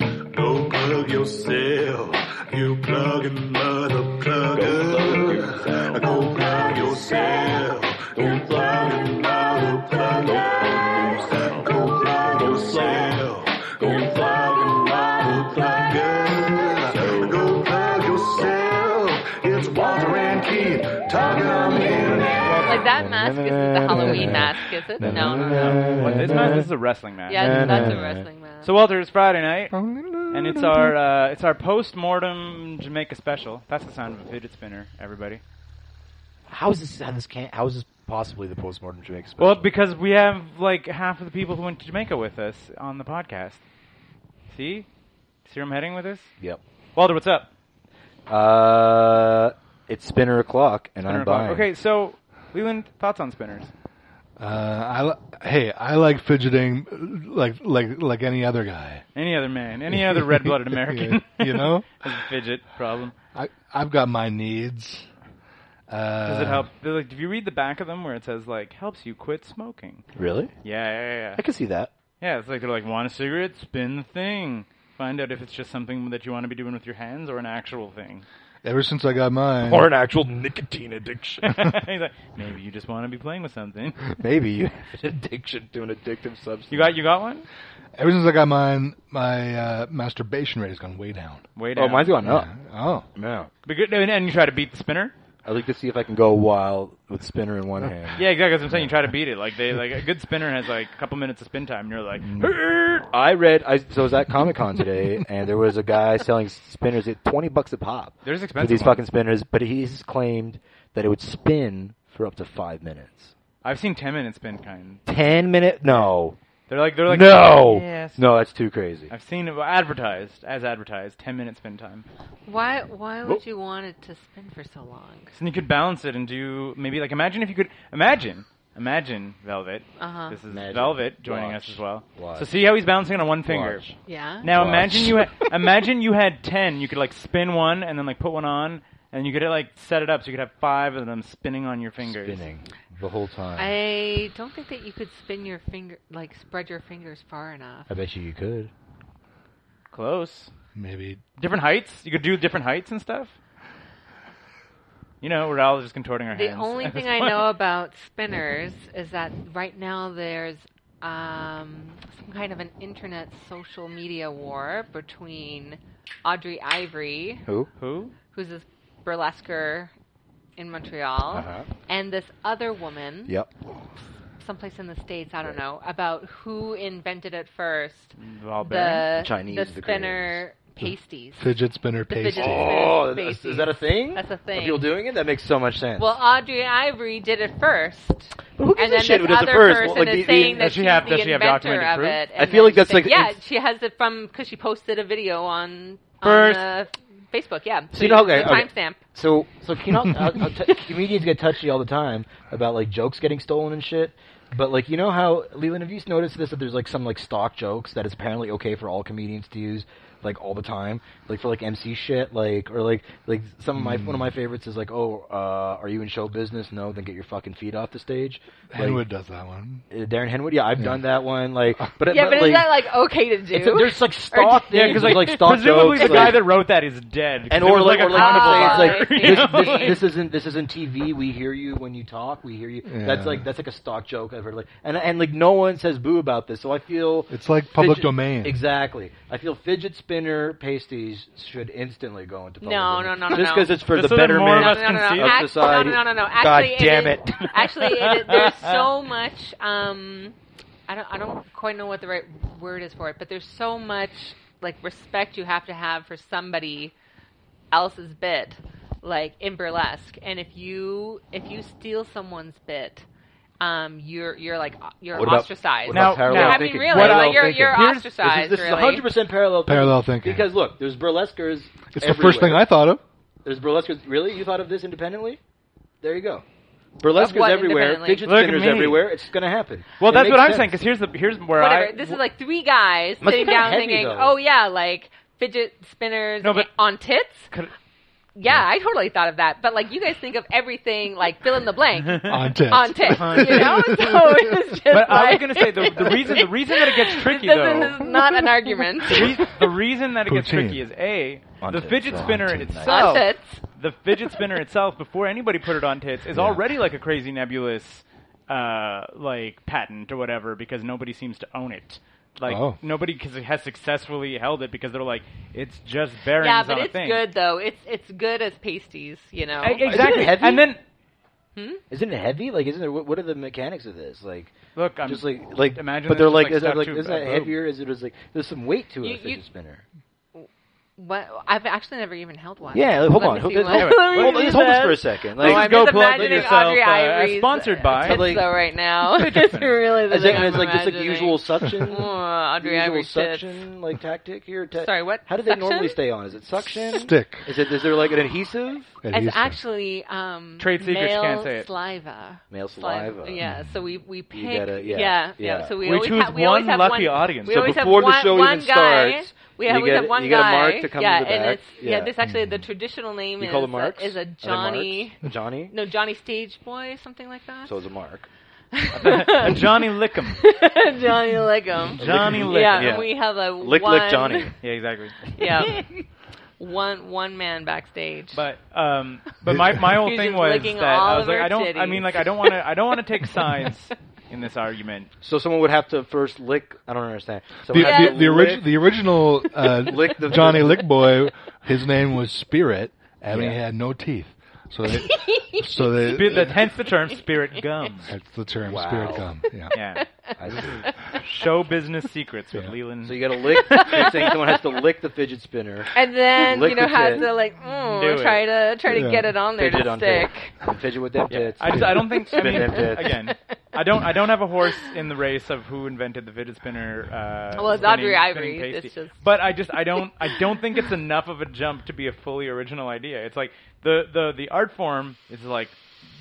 Go plug yourself, you plugging mother plugger. Go plug yourself, you plugging mother plugger. Go plug yourself, you plugging mother plugger. Go plug yourself, it's Walter and Keith talking on the internet. Like that mask isn't the Halloween mask, is it? No, no, no. Well, this, ma- this is a wrestling match. Yeah, that's a wrestling mask. So Walter, it's Friday night, and it's our uh, it's our post mortem Jamaica special. That's the sound of a fidget spinner, everybody. How is this? How this can? How is this possibly the postmodern Jamaica? Special? Well, because we have like half of the people who went to Jamaica with us on the podcast. See, see where I'm heading with this? yep. Walter, what's up? Uh, it's spinner o'clock, and Spinner I'm o'clock. buying. Okay, so Leland, thoughts on spinners? Uh, I li- hey, I like fidgeting like like like any other guy. Any other man? Any other red-blooded American? Yeah, you know? Has a fidget problem. I I've got my needs. Uh, Does it help? They're Like, if you read the back of them where it says like helps you quit smoking. Really? Yeah, yeah, yeah. I can see that. Yeah, it's like they're like, want a cigarette? Spin the thing. Find out if it's just something that you want to be doing with your hands or an actual thing. Ever since I got mine, an actual nicotine addiction. He's like, maybe you just want to be playing with something. Maybe you have an addiction to an addictive substance. You got, you got one. ever since I got mine, my uh, masturbation rate has gone way down. Way down. oh, mine's gone up. Oh, No. But good- And, and you try to beat the spinner. I'd like to see if I can go wild with spinner in one hand. Yeah, exactly. That's what I'm saying. You try to beat it. Like they, like a good spinner has like a couple minutes of spin time. And you're like, Mm. I read. I so I was at Comic Con today, and there was a guy selling spinners at twenty bucks a pop. There's for expensive these ones. fucking spinners, but he's claimed that it would spin for up to five minutes. I've seen ten minute spin kind. Ten minute? No, They're like, they're like, no, Yes. no. That's too crazy. I've seen it advertised as advertised. Ten minute spin time. Why? Why would you want it to spin for so long? So then you could balance it and do maybe like imagine if you could imagine imagine Velvet. Uh-huh. This is Imagine. Velvet joining Watch. us as well. Watch. So see how he's balancing it on one finger. Watch. Yeah. Now Watch. imagine you had, imagine you had ten. You could like spin one and then like put one on, and you could like set it up so you could have five of them spinning on your fingers. spinning the whole time. I I, don't think that you could spin your finger, like spread your fingers far enough. bet you you could. Close. maybe Different heights. You could do different heights and stuff. You know, we're all just contorting our The hands. only at this thing I point. know about spinners is that right now there's um, some kind of an internet social media war between Audrey Ivory, Who? Who? who's this burlesquer in Montreal, Uh-huh. and this other woman, Yep. someplace in the states, I don't know, about who invented it first, Val Barron? the Chinese, the the spinner pasties. fidget spinner The fidget pasty. spinner Oh, that's, pasties. is that a thing? That's a Are thing. people doing it? That makes so much sense. Well, Audrey Ivory did it first. But who gives and then a shit this who does it other first? person Well, like, is the- the- saying that Does she she's have- the does she have inventor documented of proof? it. I and feel like then that's she's like- yeah, it's- she has it from because she posted a video on First. on, uh, Facebook. Yeah, so you know, okay, the okay. timestamp. so, so you know, I'll, I'll t- comedians get touchy all the time about like jokes getting stolen and shit. But like, you know how Leland, have you noticed this? That there's like some like stock jokes that it's apparently okay for all comedians to use like all the time, like for like MC shit, like or like like some of my one of Hmm. my favorites is like, oh, uh, are you in show business? No, then get your fucking feet off the stage. Like, Henwood does that one. uh, Darren Henwood. Yeah, I've done that one. Like, but it- Yeah, but, like, is that like okay to do? it's a, there's like stock things, Yeah, because like, like stock presumably jokes, the guy like- that wrote that is dead. 'cause and it or was like, like, or a like, Ah, like, you carnival this, vibe, you know? this, this isn't this isn't TV. We hear you when you talk. We hear you. That's Yeah. like that's like a stock joke I've heard. Like and and like no one says boo about this. So I feel It's like public fidget- domain. Exactly. I feel fidget spinner pasties should instantly go into public No, domain. no, no, no, Just no. because it's for Just the so that betterment. more of no, us no, no, no, can no. of Act- society. No, no, no, no. God Actually, damn it. is- it. actually, it is, there's so much. Um, I don't. I don't quite know what the right word is for it, but there's so much like respect you have to have for somebody else's bit, like in burlesque. And if you if you steal someone's bit, um, you're you're like uh, you're What about- ostracized. What Now- about parallel now- I mean, thinking? really, Parallel like, you're- thinking. you're Here's- ostracized, This is really. 100 percent parallel. Parallel thinking. Because look, there's burlesquers. It's the first thing I thought of. There's burlesque. Really, you thought of this independently? There you go. Burlesque Of is what everywhere. independently? Fidget Look at spinners me. everywhere. It's gonna happen. Well, It that's makes what I'm sense. saying because here's the here's where Whatever. I this is like three guys Must sitting be down heavy, thinking, though. oh yeah, like fidget spinners No, but- on tits. Could- Yeah, I totally thought of that. But like, you guys think of everything like fill in the blank on tits. on tits, On you know? So it's just But I was like- gonna say the, the reason the reason that it gets tricky this, though. This is not an argument. the, reas- the reason that it gets Poutine. tricky is a the tits, fidget on spinner tits. on itself. tits. The fidget spinner itself, before anybody put it on tits, is already like a crazy nebulous, uh, like patent or whatever because nobody seems to own it. Like Oh. nobody cause it has successfully held it because they're like it's just bearings Yeah, but on it's a thing. good though. It's it's good as pasties, you know. E- exactly. heavy? And then Isn't it heavy? Like, isn't it? What what are the mechanics of this? Like, look, I'm just like like. imagine but there's they're just, like, is, like like, stuff uh, to isn't a that boob. heavier? Is it was like there's some weight to it, You- a fidget you- spinner. what I've actually never even held one. Yeah, like, hold Let on. me Hold, see one. hold- Let me hold- see just hold this that. for a second. Oh, Like, Please I'm go just plug imagining yourself, Audrey uh, as Ivory's sponsored by- tits Like- though right now. it's really the is it thing is I'm like it's like imagining. usual Oh, suction? Audrey usual Ivory's tits. suction like tactic here. Ta- Sorry, what? How do they Suction? normally stay on? Is it suction? Stick. Is it? Is there like an adhesive? It's Adhesive. actually um, Trade secrets, male can't say it. saliva. Male saliva. Yeah, so we we pick. gotta- yeah, yeah, yeah, yeah. So we, We always choose ha- we one always have lucky one, Hmm. audience. We So always have before the one, show even one guy, starts, we you always gotta- have one you gotta guy. mark to come to yeah, the and back. it's yeah. Yeah. This actually the traditional name You is call them marks? is Are a they marks? Johnny. Johnny. No, Johnny Stage Boy, something like that. So it's a mark. A Johnny Lickum. Johnny Lickum. Johnny Lickum. Yeah, and we have a Lick one, lick Johnny. yeah exactly. Yeah, one one man backstage. But um, but my my whole You're thing just was licking that I all was of like her I don't I titties. mean like I don't want to I don't want to take sides in this argument. So someone would have to first lick. I don't understand. The, Someone has the, to the, lick- origi- the original uh, Lick the- Johnny Lickboy, his name was Spirit, and Yeah. he had no teeth. So they, so they, Be- that- hence the term spirit gum. that's the term Wow. Spirit Gum. Yeah. Yeah, I see. show business secrets with Yeah. Leland. So you got to lick. you're saying someone has to lick the fidget spinner. and then Lick you know the has tit. to like mm, Do it. try to try to Yeah. get it on there Fidget to on stick. tits. And fidget with them tits. I just I don't think I Spit mean, them tits. again I don't I don't have a horse in the race of who invented the fidget spinner. Uh, Well, it's spinning- Audrey Ivory. spinning It's pasty. just- But I just I don't I don't think it's enough of a jump to be a fully original idea. It's like the the the art form is like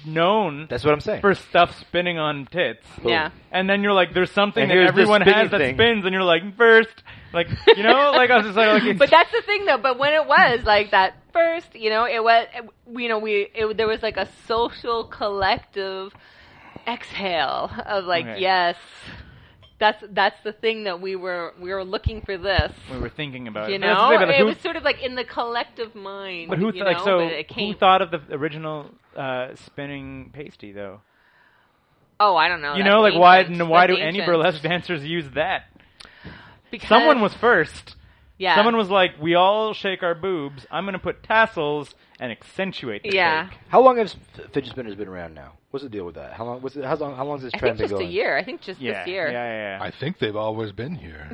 known That's what I'm saying. for stuff spinning on tits. Yeah. And then you're like, there's something And that here's this everyone spinning has that thing. spins, and you're like, first, like, you know, like I was just like, like it's, but that's the thing though. But when it was like that first, you know, it was you know we it, there was like a social collective exhale of like Okay. yes, that's that's the thing that we were we were looking for this. we were thinking about You it. But that's the know, thing, but like, it who, was sort of like in the collective mind. but who you th- like know, so? but it came. Who thought of the original uh, spinning pasty though? oh, I don't know. you that's know, like why ancient. n- why do That's any ancient. burlesque dancers use that? Because, Someone was first. yeah. Someone was like, we all shake our boobs. I'm gonna put tassels and accentuate. The yeah. shake." How long have s- fidget spinners been around now? What's the deal with that? How long? What's it, how long? How long has this I trend think been just going? a year. I think just Yeah, this year. yeah, yeah. yeah. I think they've always been here.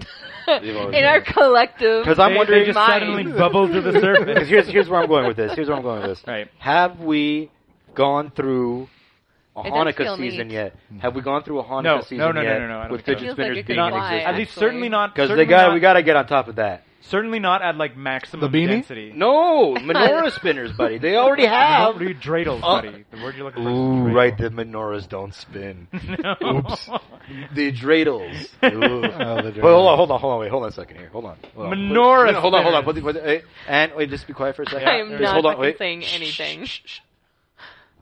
in our collective. 'Cause I'm They- wondering- they just Mine. suddenly bubbled to the Because surface. here's here's where I'm going with this. Here's where I'm going with this. Right. Have we gone through a It does Hanukkah feel season neat. yet? Have we gone through a Hanukkah No, season no, no, no, yet no, no, I don't with think fidget so. Feels like spinners it could being Not- fly. at least actually. certainly not Because they certainly got not- we got to get on top of that. Certainly not at like maximum The beanie? density. No, menorah spinners, buddy. They already have. Don't read dreidels, Uh, buddy. The word you're looking for. is Ooh, dreidel. right. The menorahs don't spin. No. Oops. The dreidels. Ooh. Oh, the Wait, hold on, dreidel. hold on, hold on. Wait, hold on a second here. Hold on. Hold on. Menorah Wait, Hold on, hold on. spinners. What, the- what, the- eh, and wait, just be quiet for a second. I am Just not hold on, fucking wait. saying Shh, anything. shh, shh.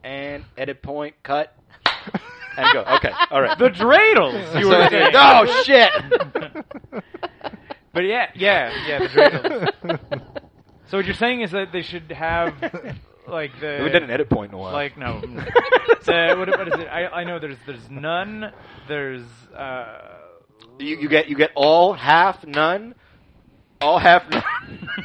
And edit point, cut, and go. Okay, all right. The dreidels. You were saying. oh shit! But yeah, yeah, yeah. The dreidels. so what you're saying is that they should have like the We did an edit point in a while. like no. the, what, what is it? I, I know there's there's none. There's uh. you, you get you get all half none, all half none.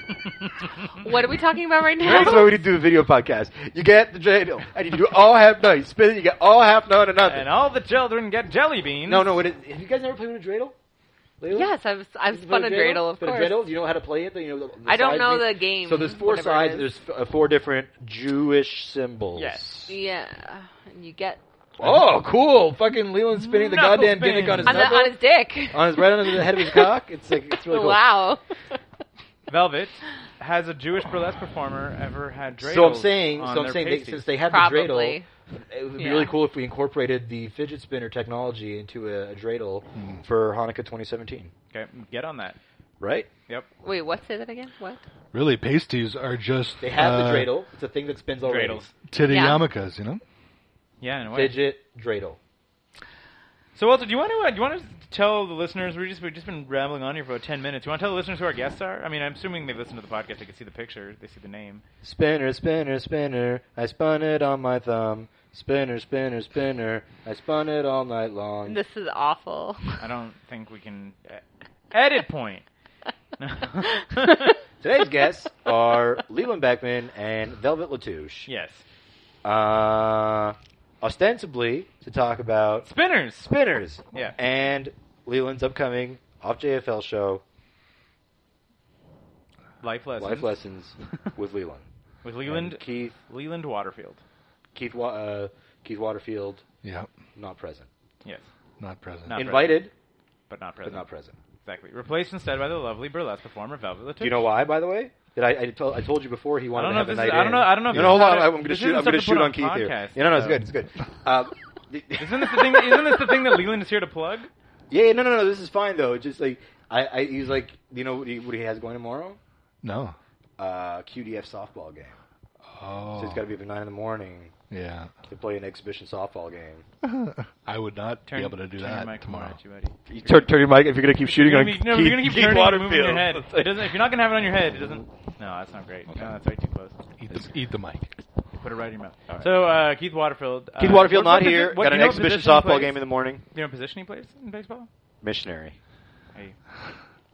What are we talking about right now? That's why we do a video podcast. You get the dreidel, and you do all half none. You spin it, you get all half none and nothing. And all the children get jelly beans. no, no. What is, have you guys never played with a dreidel? Layla? Yes, I've I've You spun a play dreidel, of Spin a course. dreidel? Do you know how to play it? Do You know the, the I don't sides know of it? the game, So there's four whatever it sides. is. There's f- uh, four different Jewish symbols. Yes. Yeah, and you get Oh, cool! Fucking Leland spinning the Knuckle goddamn spin. gimmick on his on, the, knuckle, on his dick. on his right under the head of his cock. It's like it's really cool. Wow. Velvet has a Jewish burlesque performer ever had dreidels? So I'm saying, on so I'm their saying, they, pasties? since they have the dreidel, Probably. it would be Yeah. really cool if we incorporated the fidget spinner technology into a, a dreidel for Hanukkah 2017. okay, get on that. Right? Yep. Wait, what? Say that again? What? Really, pasties are just They have uh, the dreidel. It's a thing that spins already. Dreidels. titty Yeah. yarmulkes, you know. Yeah, in a way. Fidget dreidel. So Walter, do you want to uh, do you want to tell the listeners we just we've just been rambling on here for about ten minutes? You want to tell the listeners who our guests are? I mean, I'm assuming they've listened to the podcast. They can see the picture. They see the name. Spinner, spinner, spinner. I spun it on my thumb. Spinner, spinner, spinner. I spun it all night long. This is awful. I don't think we can uh, edit point. No. Today's guests are Leland Beckman and Velvet Latouche. yes, Uh, ostensibly to talk about spinners. spinners. Yeah. And Leland's upcoming off JFL show, Life lessons. Life Lessons with Leland. with Leland And Keith Leland Waterfield. Keith Wa- uh, Keith Waterfield Yeah, not present. Yes, not present. Not Invited, but not but present. not present. Exactly. Replaced instead by the lovely burlesque performer Velvet Latouche. Do you know why? By the way, did I? I, told, I told you before he wanted I to don't have know a if night. this is- I don't know- I don't know if No, this no, hold is on. how to- I'm going to this shoot. isn't I'm going to stuff to shoot put on, on Keith podcasts, here. No, no, it's so. good. It's good. Um, the- Isn't this the thing? Isn't this the thing that Leland is here to plug? yeah, yeah, no, no, no. This is fine though. It's Just like I, I he was like, you know, what he, what he has going tomorrow? No. Uh, QDF softball game. Oh. So it's got to be up at nine in the morning yeah. to play an exhibition softball game. I would not Turn, be able to do turn that your mic tomorrow. more at you, buddy. You turn, turn your mic if you're going to keep shooting You're on gonna be, Keith, no, you're gonna keep Keith turning and moving Waterfield. your head. It doesn't. If you're not gonna have it on your head, it doesn't. No, that's not great. No, that's way too close. Eat the, eat the mic. You put it right in your mouth. So uh, Keith Waterfield. Uh, Keith Waterfield what- not what posi- here. what- Got you an know what exhibition position he softball plays? game in the morning. You know what position he plays in baseball? Missionary. Hey.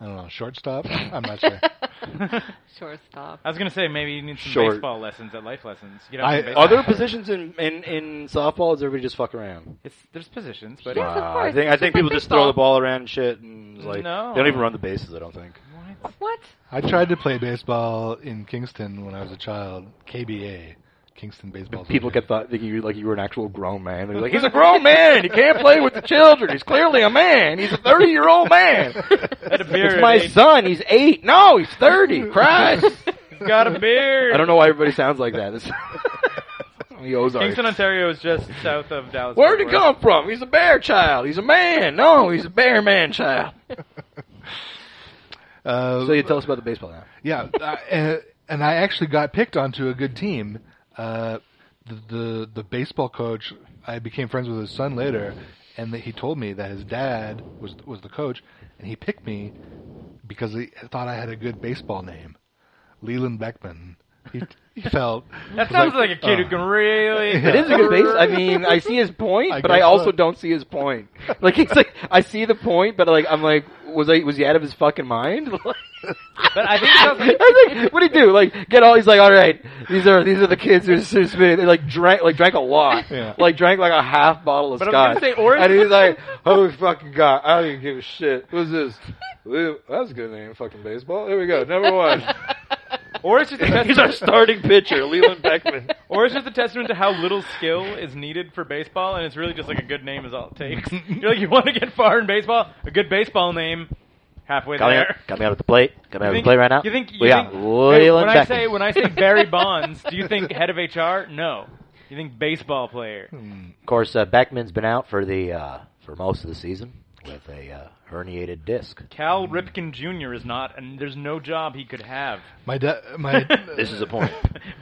I don't know. Shortstop? I'm not sure. Shortstop. I was gonna say maybe you need some Short. baseball lessons at life lessons. You I- some Are baseball- there positions in, in, in softball? Does everybody just fuck around? It's, there's positions, but Yes, of Uh, I course. think I It's think like people just throw the baseball. ball around and shit, and it's like No. they don't even run the bases. I don't think. What? What? I tried to play baseball in Kingston when I was a child. KBA. Kingston Baseball. People kept Association. thought thinking you like you were an actual grown man. They're like, he's a grown man. He can't play with the children. He's clearly a man. He's a thirty year old man. Had a beard. It's my eh? son. He's eight. No, he's thirty. Christ. He's got a beard. I don't know why everybody sounds like that. It's the Ozarks. Kingston, Ontario is just south of Dallas. Where'd he Fort Worth. come from? He's a bear child. He's a man. No, he's a bear man child. Uh, So you tell us about the baseball now. yeah, I, and, and I actually got picked onto a good team. Uh, the, the the baseball coach, I became friends with his son later, and that he told me that his dad was was the coach, and he picked me because he thought I had a good baseball name, Leland Beckman. He, he felt That was sounds like, a kid uh, who can really. It It is a good base. I mean, I see his point, I but I guess also so. don't see his point. Like it's like I see the point, but like I'm like, was I was he out of his fucking mind? But I think it sounds like- I was like, what do you do? Like get all? He's like, all right, these are these are the kids who's who's been they like drank like drank a lot, Yeah. like drank like a half bottle of But I was scotch. gonna say orange- and he's like, oh fucking god, I don't even give a shit. What's this? Well, That's a good name, fucking baseball. Here we go, number one. or it's just a He's our starting pitcher, Leland Beckman. Or it's just a testament to how little skill is needed for baseball, and it's really just like a good name is all it takes. You're like, you want to get far in baseball? A good baseball name, halfway Got me, there. got me out of the plate. Got me out of You the think- plate right now. You think? You we think got Leland when I Beckman. say when I say Barry Bonds, do you think head of HR? No. You think baseball player? Hmm. Of course, uh, Beckman's been out for the uh, for most of the season with a uh, herniated disc. Cal Ripken Jr. is not, and there's no job he could have. my dad. My This is a point.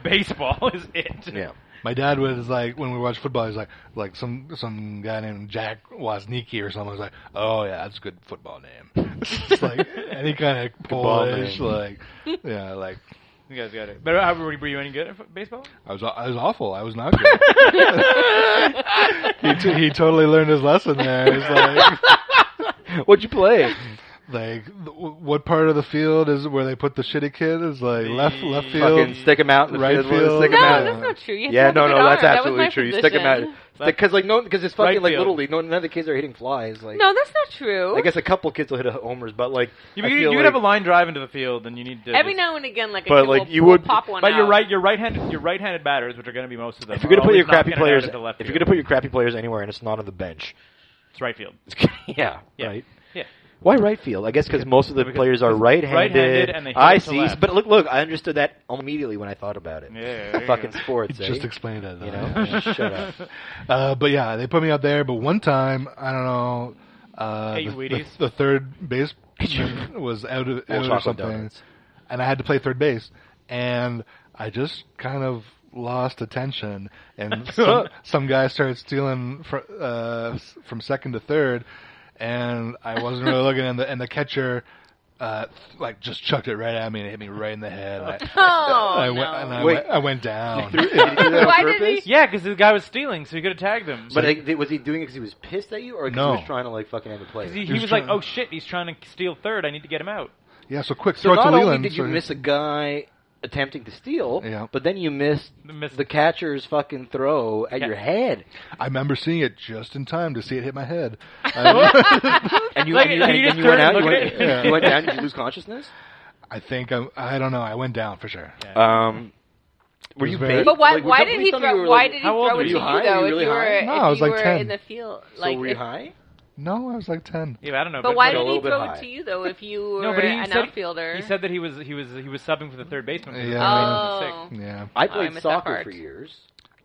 baseball is it. Yeah. My dad was like, when we watched football, he's like, like some some guy named Jack Woznicki or something. I was like, oh yeah, that's a good football name. It's like any kind of ball Polish, name. like yeah, like You guys got it. But how, were, you, were you any good at f- baseball? I was I was awful. I was not good. he t- he totally learned his lesson there. It's like What'd you play? like th- what part of the field is where they put the shitty kid? Is like left left field. Fucking stick him out in the Right field. we'll field. Stick him No, Yeah. out. that's not true. You have Yeah, to no, have a no, good arm. that's That was absolutely my true. You stick him out position. because like no, because it's fucking Right like field. literally no, none of the kids are hitting flies. Like No, that's not true. I guess a couple kids will hit a homers, but like You, I you, feel you would like- have a line drive into the field, and you need to Every just- now and again, like a But, kid like, will, you will would- pop one. But your out. right, your right-handed, your right-handed batters, which are going to be most of them. If you're gonna are put always your crappy knocking it down players, to the left if you're field. gonna put your crappy players anywhere and it's not on the bench, it's right field. yeah, Yeah. right. Yeah, Why right field? I guess because most of the because- players are right-handed. right-handed and they hit I it to see, left. but look, look, I understood that immediately when I thought about it. Yeah, there you fucking go. sports. eh? Just explained it. you know, shut up. Uh, but yeah, they put me up there. But one time, I don't know, uh, Hey, the, the, Wheaties. the third base was out of Or out or chocolate something, donuts. and I had to play third base, and I just kind of lost attention, and some, some guy started stealing fr- uh, s- from second to third, and I wasn't really looking, and the and the catcher. Uh, like just chucked it right at me and it hit me right in the head. I, Oh, I no. went, and I, Wait. went, I went down. Why did he- Yeah, because the guy was stealing, so you could have tagged him. But like, th- was he doing it because he was pissed at you, or because No. he was trying to like fucking have a play? he, he he was, was like, trying- "Oh shit, he's trying to steal third. I need to get him out." yeah, so quick, So throw it to not Leland. only did you so- miss a guy attempting to steal, Yeah. but then you missed You missed- the catcher's fucking throw at Yeah. your head, I remember seeing it just in time to see it hit my head. I, and you, Like, and you, you and- just and you went turned out, and you looked went, at it. you went down, did you lose consciousness? I think I'm, I don't know. I went down for sure. Um, were It was you very- baked? But why? Like, why tell- did please he tell me you throw? were, Why like- did he How old throw were it to you you high? though? Were you if really you were, high? No, if I was you like were 10. in the field. So Like, were you if- high? No, I was like ten. Yeah, I don't know. But why a did little he bit throw high. it to you though? If you were No, but he an said outfielder, he said that he was he was he was subbing for the third baseman. For Yeah. the Oh. sixth. Yeah, I Oh, I played missed that soccer part. for years.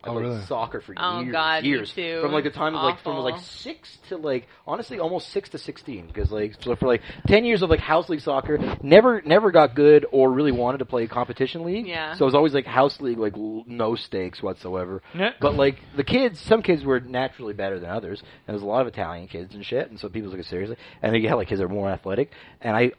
I Oh, played really? soccer for Oh, years. God, me years. too. From like the time of like from like Awful. six to like honestly almost six to sixteen because like so for like ten years of like house league soccer, never never got good or really wanted to play competition league. Yeah. So it was always like house league, like l- no stakes whatsoever. Yeah. But like the kids, some kids were naturally better than others, and there was a lot of Italian kids and shit, and so people took it seriously. And then you had like kids that were more athletic, and I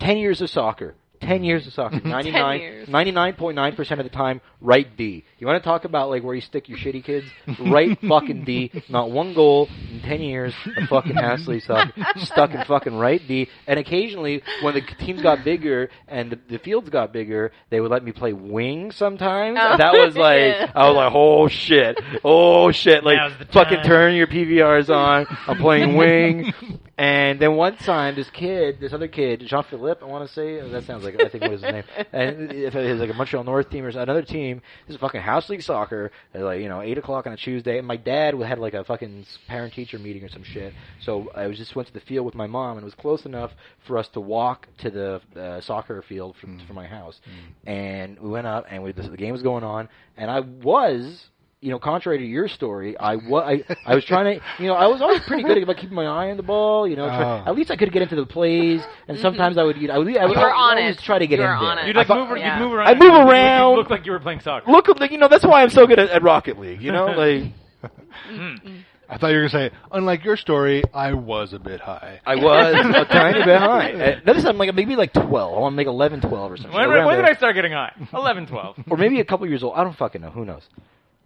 10 years of soccer. 10 years of soccer. 99, Mm. years. 99.9% of the time, right B. You want to talk about like where you stick your shitty kids? Right fucking B. Not one goal in 10 years of fucking house league soccer. Stuck in fucking right B. And occasionally, when the teams got bigger and the, the fields got bigger, they would let me play wing sometimes. Oh. And that was like, Yeah. I was like, oh shit. Oh shit. Now's Like, the fucking time. turn turn your PVRs on. I'm playing wing. And then one time, this kid, this other kid, Jean Philippe, I want to say that sounds like I think what is his name, and if it was like a Montreal North team or s- another team, this is fucking house league soccer, at like you know eight o'clock on a Tuesday, and my dad had like a fucking parent teacher meeting or some shit, so I was just went to the field with my mom, and it was close enough for us to walk to the uh, soccer field from from my house, and we went up, and we the, the game was going on, and I was you know, contrary to your story, I was I, I was trying to, you know, I was always pretty good about keeping my eye on the ball. You know, try, Oh. at least I could get into the plays, and sometimes I would, you know, I would, I would You were on always it. try to get You were in there. on it. You'd like I thought- move, ar- yeah. you'd move around. I move You'd look- around. You'd look like you were playing soccer. Look, at the- you know, that's why I'm so good at, at Rocket League. You know, like Hmm. Mm. I thought you were gonna say, unlike your story, I was a bit high. I was a tiny bit high. Uh, Notice I'm like maybe like 12. I want to make 11, 12 or something. When, around when did there. I start getting high? 11, 12. Or maybe a couple years old. I don't fucking know. Who knows?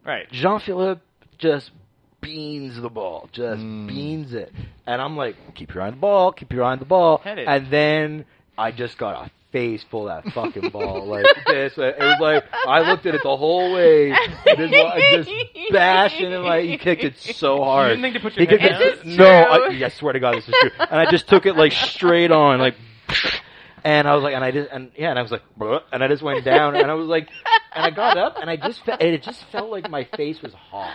Right. Jean Philippe just beans the ball, just beans it, and I'm like, keep your eye on the ball, keep your eye on the ball, Hit it. and then I just got a face full of that fucking ball like this. It was like I looked at it the whole way, this ball, just bashing it like he kicked it so hard. You didn't think to put your He kicked head down? it- Is this no, I, true? I swear to God, this is true. And I just took it like straight on, like. And I was like, and I just, and yeah, and I was like, "Bruh," and I just went down, and I was like, and I got up, and I just, fe- and it just felt like my face was hot,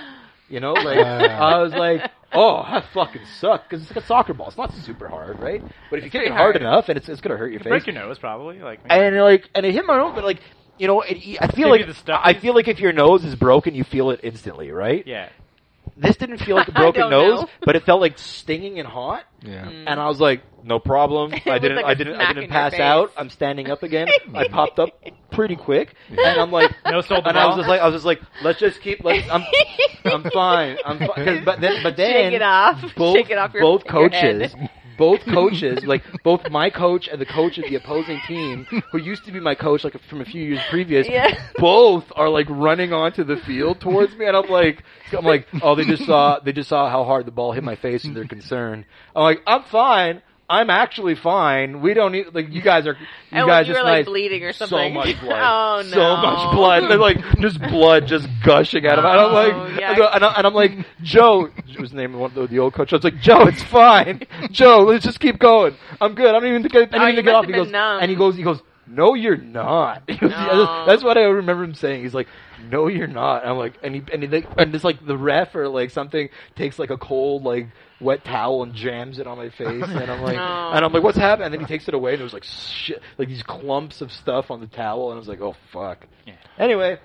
you know, like Uh, I was like, oh, that fucking sucked, because it's like a soccer ball, it's not super hard, right? But if you kick it pretty hard hard. enough, and it's it's gonna hurt your face, Break your nose, probably. Like and like, and it hit my nose, but like, you know, it, I feel Give you like the stuffies? I feel like if your nose is broken, you feel it instantly, right? yeah. This didn't feel like a I broken don't nose, know. but it felt like stinging and hot. Yeah, And I was like, no problem. I Mm. was didn't, like a I didn't, smack I in didn't your pass face. out. I'm standing up again. I popped up pretty quick, and I'm like, No sold the and I was ball? just like, I was just like, let's just keep. Let's, I'm, I'm fine. I'm fine. 'Cause- But then, but then, Shake it off. both Shake it off your- both your head. coaches. Both coaches, like both my coach and the coach of the opposing team, who used to be my coach, like from a few years previous, Yeah. both are like running onto the field towards me, and I'm like, I'm like, oh, they just saw, they just saw how hard the ball hit my face, and they're concerned. I'm like, I'm fine. I'm actually fine. We don't need like you guys are. You And when guys you it's were, like, nice. bleeding or So something. much blood. Oh, no. So much blood. They're like just blood just gushing out of. And I'm like, Oh, yuck. and, I, and I'm like, Joe it was the name of one of the, the old coach. I was like, Joe, it's fine. Joe, let's just keep going. I'm good. I don't even think I, I don't Oh, even you get must off. have He been goes, numb. and he goes, he goes. "No, you're not." He was- No. That's what I remember him saying. He's like, "No, you're not." And I'm like, and he and he, like, and it's like the ref or like something takes like a cold like wet towel and jams it on my face, and I'm like, No. and I'm like, "What's happened?" And then he takes it away, and there was like shit, like these clumps of stuff on the towel, and I was like, "Oh fuck." Yeah. Anyway,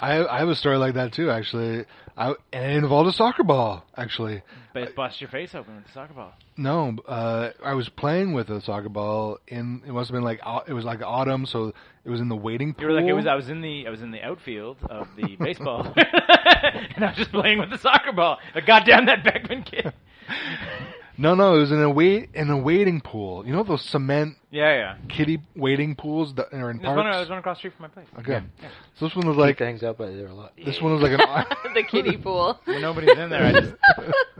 I I have a story like that too. Actually, I and it involved a soccer ball. Actually, But it busts your face open with the soccer ball. No, uh, I was playing with a soccer ball in. It must have been like au- it was like autumn, so it was in the waiting pool. You were like, it was. I was in the. I was in the outfield of the baseball, and I was just playing with the soccer ball. But goddamn that Beckman kid. no, no, it was in a wait in a waiting pool. You know those cement Yeah, yeah. kiddie waiting pools that are in There's one, uh, there's parks. one across the street from my place. Okay, so this one was like hangs out by there a lot. this one was like an. au- the kiddie pool. When nobody's in there, I just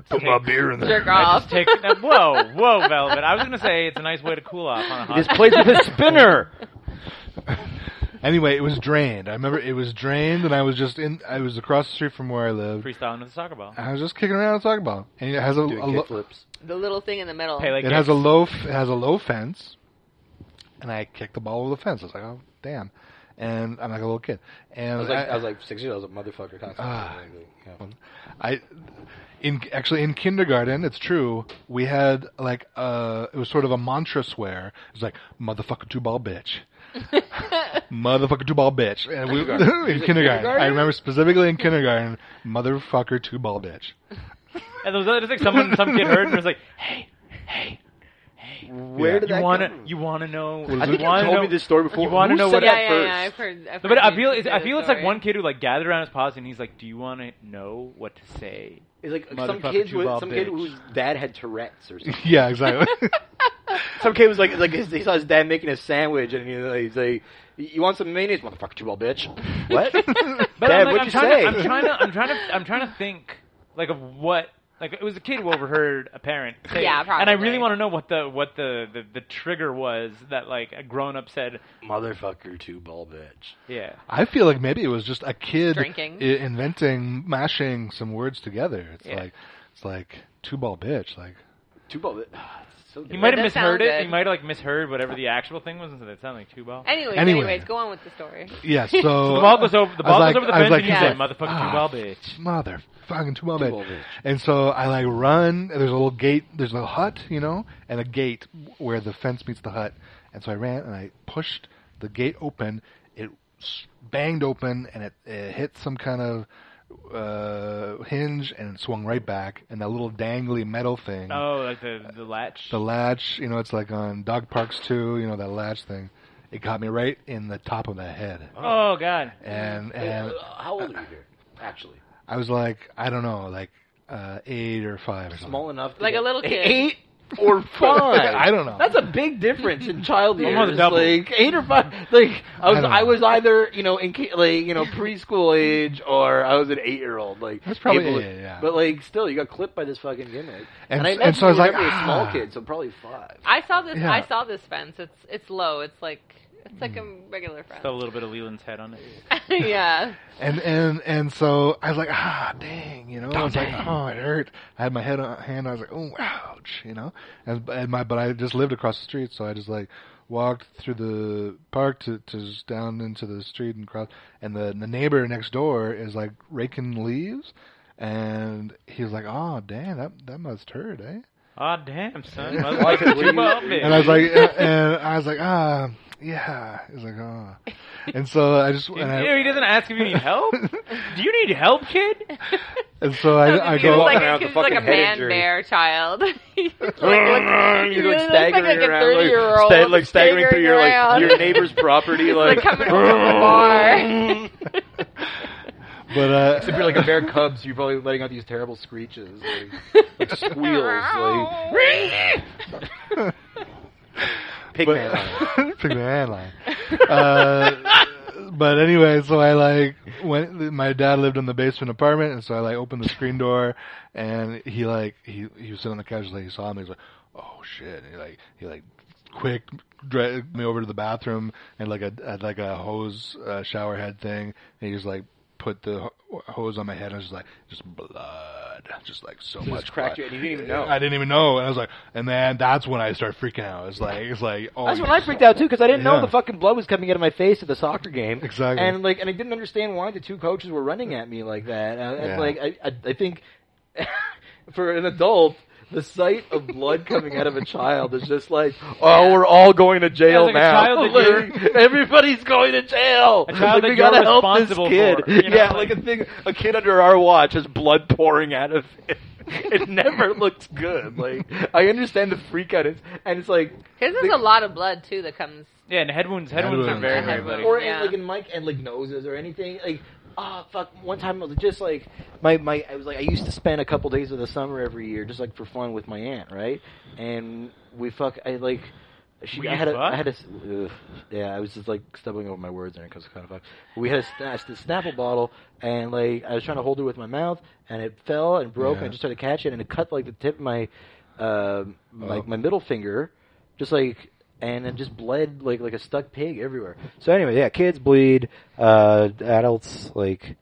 Put my beer in Jerk there. I off. just take. no, Whoa, whoa, Velvet. I was gonna say it's a nice way to cool off on a hot. This plays with a spinner. Anyway, it was drained. I remember it was drained, and I was just in. I was across the street from where I lived. freestyling with a soccer ball. I was just kicking around a soccer ball, and it has a, a lo- The little thing in the middle. Pele it has a low f- it has a low fence, and I kicked the ball over the fence. I was like, oh damn, and I'm like a little kid, and I I was like, I was like six years. old. I was a motherfucker. Constantly. Ah. Yeah. I in actually in kindergarten, it's true. We had like uh, it was sort of a mantra swear. It was like motherfucker two ball bitch. motherfucker two ball bitch. And we, in kindergarten, I remember specifically in kindergarten, motherfucker two ball bitch. And there was other like someone, some kid heard and was like, "Hey, hey, Where did you that wanna, come from? you wanna know? you I think you wanna told know- me this story before. You wanna Who know said what? that yeah, yeah, yeah. I've first. heard. I've But heard I you feel, say it's, I the feel it's like story. one kid who like gathered around his paws and he's like, "Do you want to know what to say?" It's like some Motherfucker, kids you with wild some kid bitch. whose dad had Tourette's or something. Yeah, exactly. some kid was like, like his, he saw his dad making a sandwich and he, he's like, "You want some mayonnaise, motherfucker, you little bitch?" What? But dad, I'm, like, what'd I'm you trying say? To, I'm trying to, I'm trying to, I'm trying to think like of what. Like it was a kid who overheard a parent. Say, Yeah, And I probably. really want to know what the what the, the, the trigger was that like a grown up said. motherfucker, two ball bitch. Yeah. I feel like maybe it was just a kid Drinking. i- inventing, mashing some words together. It's Yeah. like it's like two ball bitch. Like Two ball bitch. It's so He good. might have that misheard sounds it. good. He might have like misheard whatever the actual thing was, and said it sounded like two ball. Anyways, Anyway. anyways, go on with the story. yeah, so, the ball goes over. The I was ball like- goes over the I was fence, like- and you he's say, like, "Motherfucking "Ah, two ball bitch." mother fucking two ball ball bitch. bitch. And so I like run. There's a little gate. There's a little hut, you know, and a gate where the fence meets the hut. And so I ran and I pushed the gate open. It s- banged open and it, it hit some kind of uh, hinge and swung right back. And that little dangly metal thing, Oh, like the the latch. the latch, you know, it's like on Dog Parks too, you know, that latch thing. It got me right in the top of the head. oh God. And and Uh, How old are you here? Actually, I was like, I don't know, like uh, eight or five or something. small enough. To Like get a little kid. Eight or five. I don't know. That's a big difference in child years. Almost double. Like eight or five. Like I was, I don't know. I, was either you know in ca- like you know preschool age or I was an eight year old. Like That's probably able- it, yeah. But like still, you got clipped by this fucking gimmick. And And, I s- and so imagine I was you like, remember a small ah. kid, so probably five. I saw this. Yeah. I saw this fence. It's it's low. It's like it's like a regular fence. Still a little bit of Leland's head on it. yeah. And and and so I was like, ah, dang, you know. I was like, oh, it hurt. I had my head on hand. I was like, oh, ouch, you know. And, and my but I just lived across the street, so I just like walked through the park to to just down into the street and cross. And the the neighbor next door is like raking leaves, and he was like, oh, dang, that that must hurt, eh? Oh damn, son. Like, Motherfucking what two do ball you- bitch. And I was like, and I was like, ah, yeah. He was like, ah. And so I just Dude, and I, you know, he doesn't ask if you need help. Do you need help, kid? and so I, I He was go. like around a, with a he's like a fucking head man injury. bear child. He's like, You're going staggering like a around, like, 30-year-old sta- like staggering through your like staggering your around. neighbor's property, like like, coming home from the bar. But uh, If you're like a bear cub, so you're probably letting out these terrible screeches, like, like squeals, like pigman. Pigman line. Uh, but anyway, so I like went. My dad lived in the basement apartment, and so I like opened the screen door, and he like he he was sitting on the couch, like he saw me, he's like, oh shit, and he like he like quick dragged me over to the bathroom and like a had, like a hose uh, shower head thing, and he just like put the ho- hose on my head, and I was just like just blood. blood, just like so much cracked blood. you and you didn't even know. I didn't even know, and I was like, and then that's when I started freaking out. It's like it's like oh, That's when I freaked out too because I didn't know Yeah. the fucking blood was coming out of my face at the soccer game. Exactly. And like, and I didn't understand why the two coaches were running at me like that. Uh, and, Yeah. Like, I, I, I think for an adult. The sight of blood coming out of a child is just like, oh, we're all going to jail like a now. child that Like, everybody's going to jail. A child that Like, we you're gotta help this responsible kid. for, you know, yeah, like- like a thing, a kid under our watch has blood pouring out of it. It never looks good. Like, I understand the freak out, it's, and it's like His is a lot of blood too that comes. Yeah, and head wounds. Head, Head wounds, are wounds, very, yeah. very Head bloody. wounds. or in, Yeah. like in Mike and like noses or anything. Like, ah, fuck. One time, I was just like my my, I was like, I used to spend a couple days of the summer every year just like for fun with my aunt, right? And we fuck. I like. She, We I had a, fuck? I had a, s- ugh, yeah, I was just like stumbling over my words there because kind of fuck. We had a, sna- a Snapple bottle, and like I was trying to hold it with my mouth, and it fell and broke, and I Yeah. just tried to catch it, and it cut like the tip of my, uh, like Oh. my middle finger, just like and then just bled like like a stuck pig everywhere. So anyway, yeah, kids bleed, uh, adults like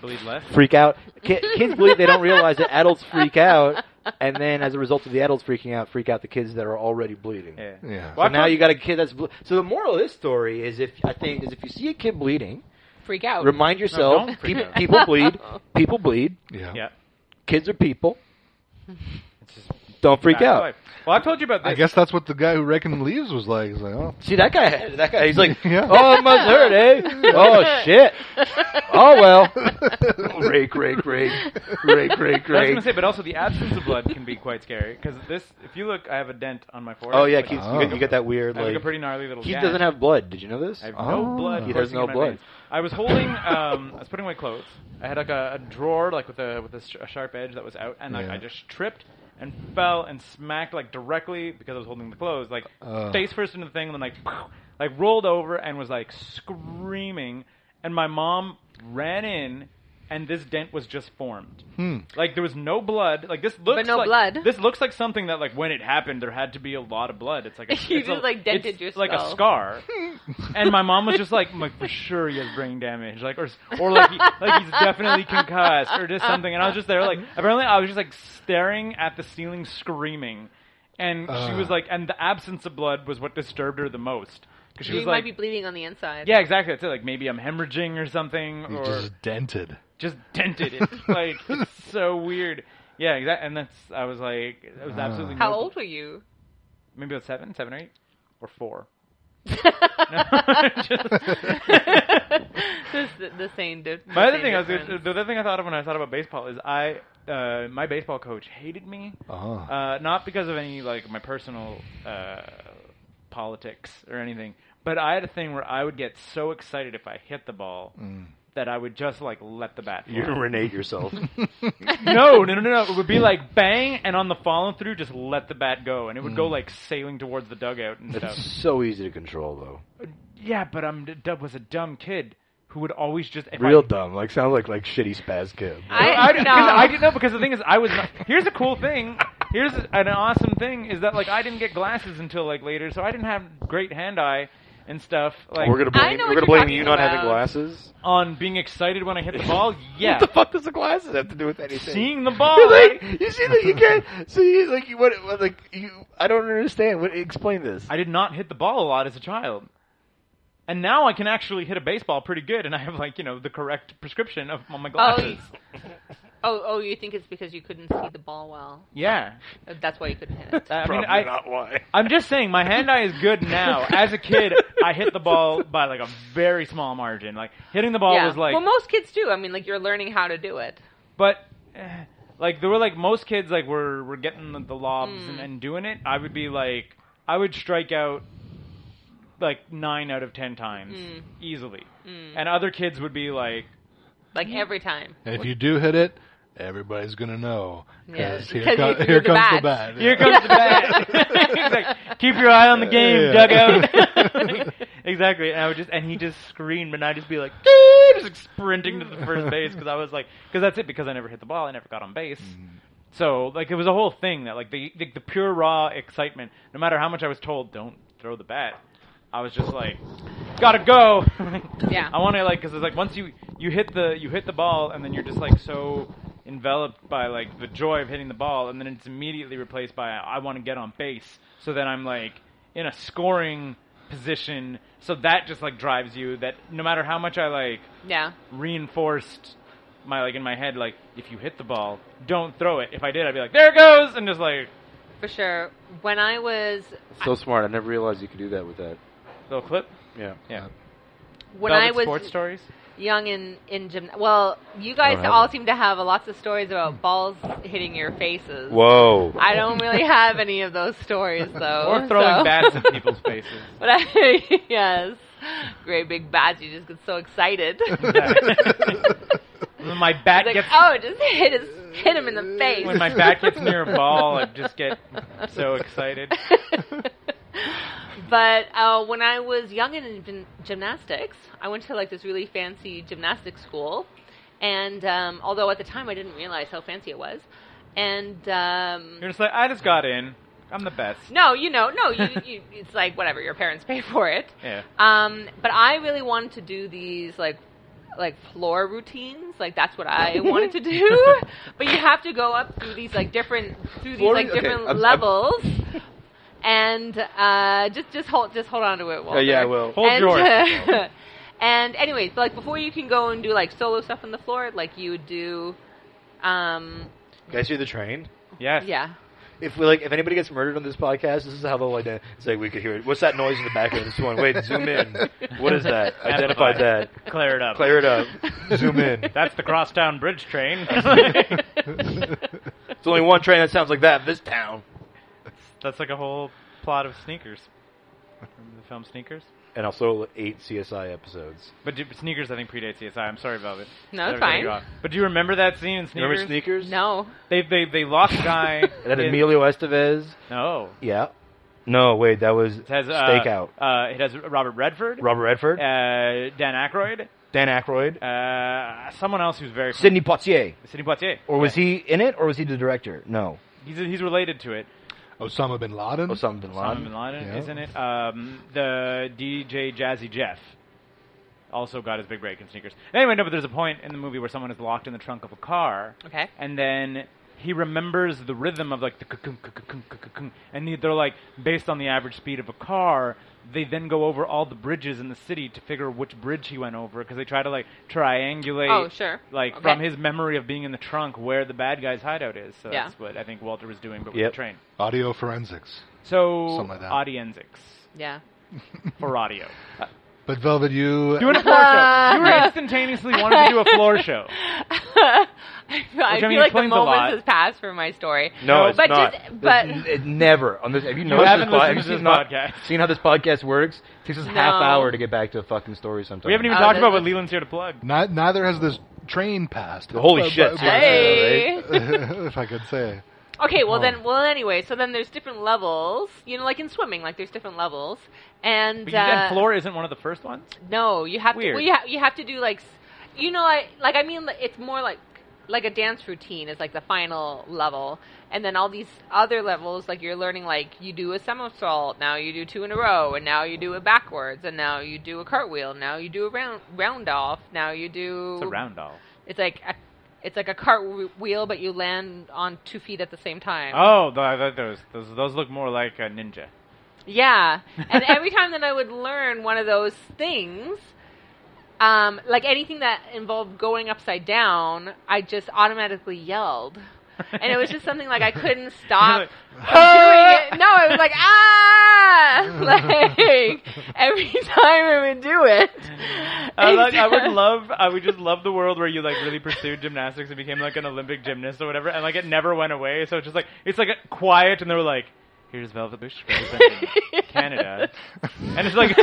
Bleed less. freak out. Ki- kids bleed; they don't realize that adults freak out, and then as a result of the adults freaking out, freak out the kids that are already bleeding. Yeah. Oh. Yeah. So now you got a kid that's ble- so the moral of this story is if I think is if you see a kid bleeding, Freak out. remind yourself don't freak pe- out. people bleed, people bleed, yeah. Yeah. kids are people. It's just Don't freak back to out. life. Well, I've told you about this. I guess that's what the guy who reckoned leaves was like. He's like, oh, See that guy? had it. That guy. He's like, Yeah. oh, it must hurt, eh? Oh shit. Oh well. rake, rake, rake, rake, I was rake, rake. gonna say, but also the absence of blood can be quite scary because this. If you look, I have a dent on my forehead. Oh yeah, which Keith, is- you, got, you got that weird I have like a like. pretty gnarly little. Keith gash. doesn't have blood. Did you know this? I have Oh. no blood. He has coursing no in my blood. veins. I was holding. Um, I was putting away clothes. I had like a, a drawer, like with a with a, sh- a sharp edge that was out, and like Yeah. I just tripped and fell and smacked like directly because I was holding the clothes, like Uh. face first into the thing, and then like like rolled over and was like screaming, and my mom ran in. And this dent was just formed. Hmm. Like there was no blood. Like this looks no like blood. this looks like something that like when it happened there had to be a lot of blood. It's like a, You it's just, a- like, dented it's like a yourself. scar. And my mom was just like, I'm like for sure he has brain damage, like or or like he, like he's definitely concussed or just something. And I was just there, like apparently I was just like staring at the ceiling, screaming, and she Ugh. was like, and the absence of blood was what disturbed her the most because she you was might like, be bleeding on the inside. yeah, exactly, that's it. Like maybe I'm hemorrhaging or something, he or just just, dented. dented it. like it's so weird. Yeah, exactly. And that's I was like, it was absolutely How no- old were you? Maybe about seven, seven or eight, or four. This the same dude. My other thing, I was, the other thing I thought of when I thought about baseball is I, uh, my baseball coach hated me, Oh. uh, not because of any like my personal uh, politics or anything, but I had a thing where I would get so excited if I hit the ball that I would just like let the bat. You fly. renate yourself. no, no, no, no, no. It would be like bang, and on the follow through, just let the bat go, and it would go like sailing towards the dugout and stuff. It's so easy to control though. Yeah, but I'm Dub was a dumb kid who would always just if I, Real dumb. Like sounds like like shitty spaz kid. I, I, didn't- no. 'cause I didn't know because the thing is, I was. Not, here's a cool thing. Here's an awesome thing is that like I didn't get glasses until like later, so I didn't have great hand eye and stuff. Like We're gonna I blame. know We're what gonna you're blame you talking not having about. glasses. on being excited when I hit the ball. Yeah, What the fuck does the glasses have to do with anything? seeing the ball. You're right? like, you see that you can't. So you like you what, what like you. I don't understand. What explain this? I did not hit the ball a lot as a child. And now I can actually hit a baseball pretty good, and I have like you know the correct prescription of on my glasses. Oh, oh, you think it's because you couldn't see the ball well? yeah, That's why you couldn't hit it. I mean, Probably I, not why. I'm just saying, my hand eye is good now. As a kid, I hit the ball by like a very small margin. Like hitting the ball yeah. was like, well, most kids do. I mean, like you're learning how to do it. but eh, like there were like most kids like were were getting the, the lobs Mm. and, and doing it. I would be like, I would strike out like nine out of ten times Mm. easily, and other kids would be like, Like every time. And if you do hit it, everybody's gonna know. Yeah. Because 'Cause Here, you co- threw here the comes bat. the bat. Here comes the bat. Exactly. Keep your eye on the game, Yeah. dugout. exactly. And I would just and he just screamed, and I'd just be like, "Gee!" just like sprinting to the first base because I was like, because that's it. Because I never hit the ball, I never got on base. Mm-hmm. So like it was a whole thing that like the the, the pure raw excitement. No matter how much I was told, don't throw the bat. I was just like, gotta go. Yeah. I want to like because it's like once you you hit the you hit the ball and then you're just like so enveloped by like the joy of hitting the ball, and then it's immediately replaced by I want to get on base. So then I'm like in a scoring position. So that just like drives you. That no matter how much I like Yeah. reinforced my like in my head like if you hit the ball, don't throw it. If I did, I'd be like there it goes, and just like For sure. When I was So smart. I never realized you could do that with that. little clip. Yeah. Yeah. when Velvet I was sports Oh, stories. young in in gym. Well, you guys don't have all one. seem to have lots of stories about balls hitting your faces. Whoa. I don't really have any of those stories though. Or throwing Oh, so- bats in people's faces. But I, yes, great big bats. You just get so excited. When my bat like, gets oh, just hit his, hit him in the face. when my bat gets near a ball, I just get so excited. but uh, when I was young and in gym- gymnastics, I went to like this really fancy gymnastics school, and um, although at the time I didn't realize how fancy it was, and um, You're just like I just got in. I'm the best. no, you know, no, you, you, it's like whatever your parents pay for it. Yeah. Um, but I really wanted to do these like like floor routines. Like that's what I wanted to do. But you have to go up through these like different through these Floor- like okay, different I'm- I'm- levels. and uh, just just hold just hold on to it. Walter. Oh, yeah, I will. Hold and, uh, yours. and anyways, like before you can go and do like solo stuff on the floor, like you would do. Um, Guys, hear the train? Yes. yeah. If we like, if anybody gets murdered on this podcast, this is how they'll identify. It's like we could hear it. What's that noise in the background? This one. Wait, zoom in. What is that? Identify Amplify. that. Clear it up. Clear it up. Zoom in. That's the crosstown bridge train. It's only one train that sounds like that. in This town. That's like a whole plot of sneakers. Remember the film Sneakers? And also eight CSI episodes. But do, sneakers, I think predates CSI. I'm sorry, Velvet. No, it's Sorry to cut fine. you off. But do you remember that scene in You Sneakers? remember sneakers? No. They they they lost a guy. That in- Emilio Estevez. No. Yeah. No, wait, that was It has uh, Stakeout. Uh, it has Robert Redford. Robert Redford, Uh, Dan Aykroyd. Dan Aykroyd, Uh, someone else who's very Sidney Poitier. Sidney Poitier. Or was he in it, or was he the director? No. He's he's related to it. Osama bin Laden. Osama bin Osama bin Laden. Laden, Yeah. isn't it? Um, the DJ Jazzy Jeff also got his big break in sneakers. Anyway, no, but there's a point in the movie where someone is locked in the trunk of a car, Okay. and then he remembers the rhythm of like the kung kung kung and he- they're like based on the average speed of a car. They then go over all the bridges in the city to figure which bridge he went over because they try to like triangulate. Oh, sure. Like Okay. from his memory of being in the trunk, where the bad guy's hideout is. So Yeah. that's what I think Walter was doing, but with Yep. the train. Audio forensics. So Something like that. audienzics Yeah. for audio. But Velvet, you Doing a floor show. You were instantaneously wanted to do a floor show. I feel like the explains a lot. moment has passed for my story. No, it's but not. just but It- it never. On this, have you You noticed this haven't pod- listened have to you this not podcast. Seen how this podcast works? It takes us No. half hour to get back to a fucking story sometimes. We haven't even Oh, talked about this- what Leland's here to plug. Ni- neither has this train passed. Holy But- shit. but- Hey. if I could say. Okay, well Oh. then, well anyway, so then there's different levels, you know, like in swimming, like there's different levels, and But you said uh, floor isn't one of the first ones? no, you have Weird. to, well, you, ha- you have to do like, s- you know, I like I mean, like, it's more like like a dance routine is like the final level, and then all these other levels, like you're learning, like you do a somersault, now you do two in a row, and now you do it backwards, and now you do a cartwheel, now you do a round round off, now you do It's a round all. It's like a, it's like a cartwheel, but you land on two feet at the same time. Oh, th- th- those, those, those look more like a ninja. Yeah. And every time that I would learn one of those things, um, like anything that involved going upside down, I just automatically yelled. And it was just something like I couldn't stop Like, Ah. doing it. No, I was like, ah! Like, every time I would do it. I, like, I would Except- love, I would just love the world where you like really pursued gymnastics and became like an Olympic gymnast or whatever, and like it never went away. So it's just like it's like a quiet, and they were like, "Here's Velvet Bush representing Canada," and it's like,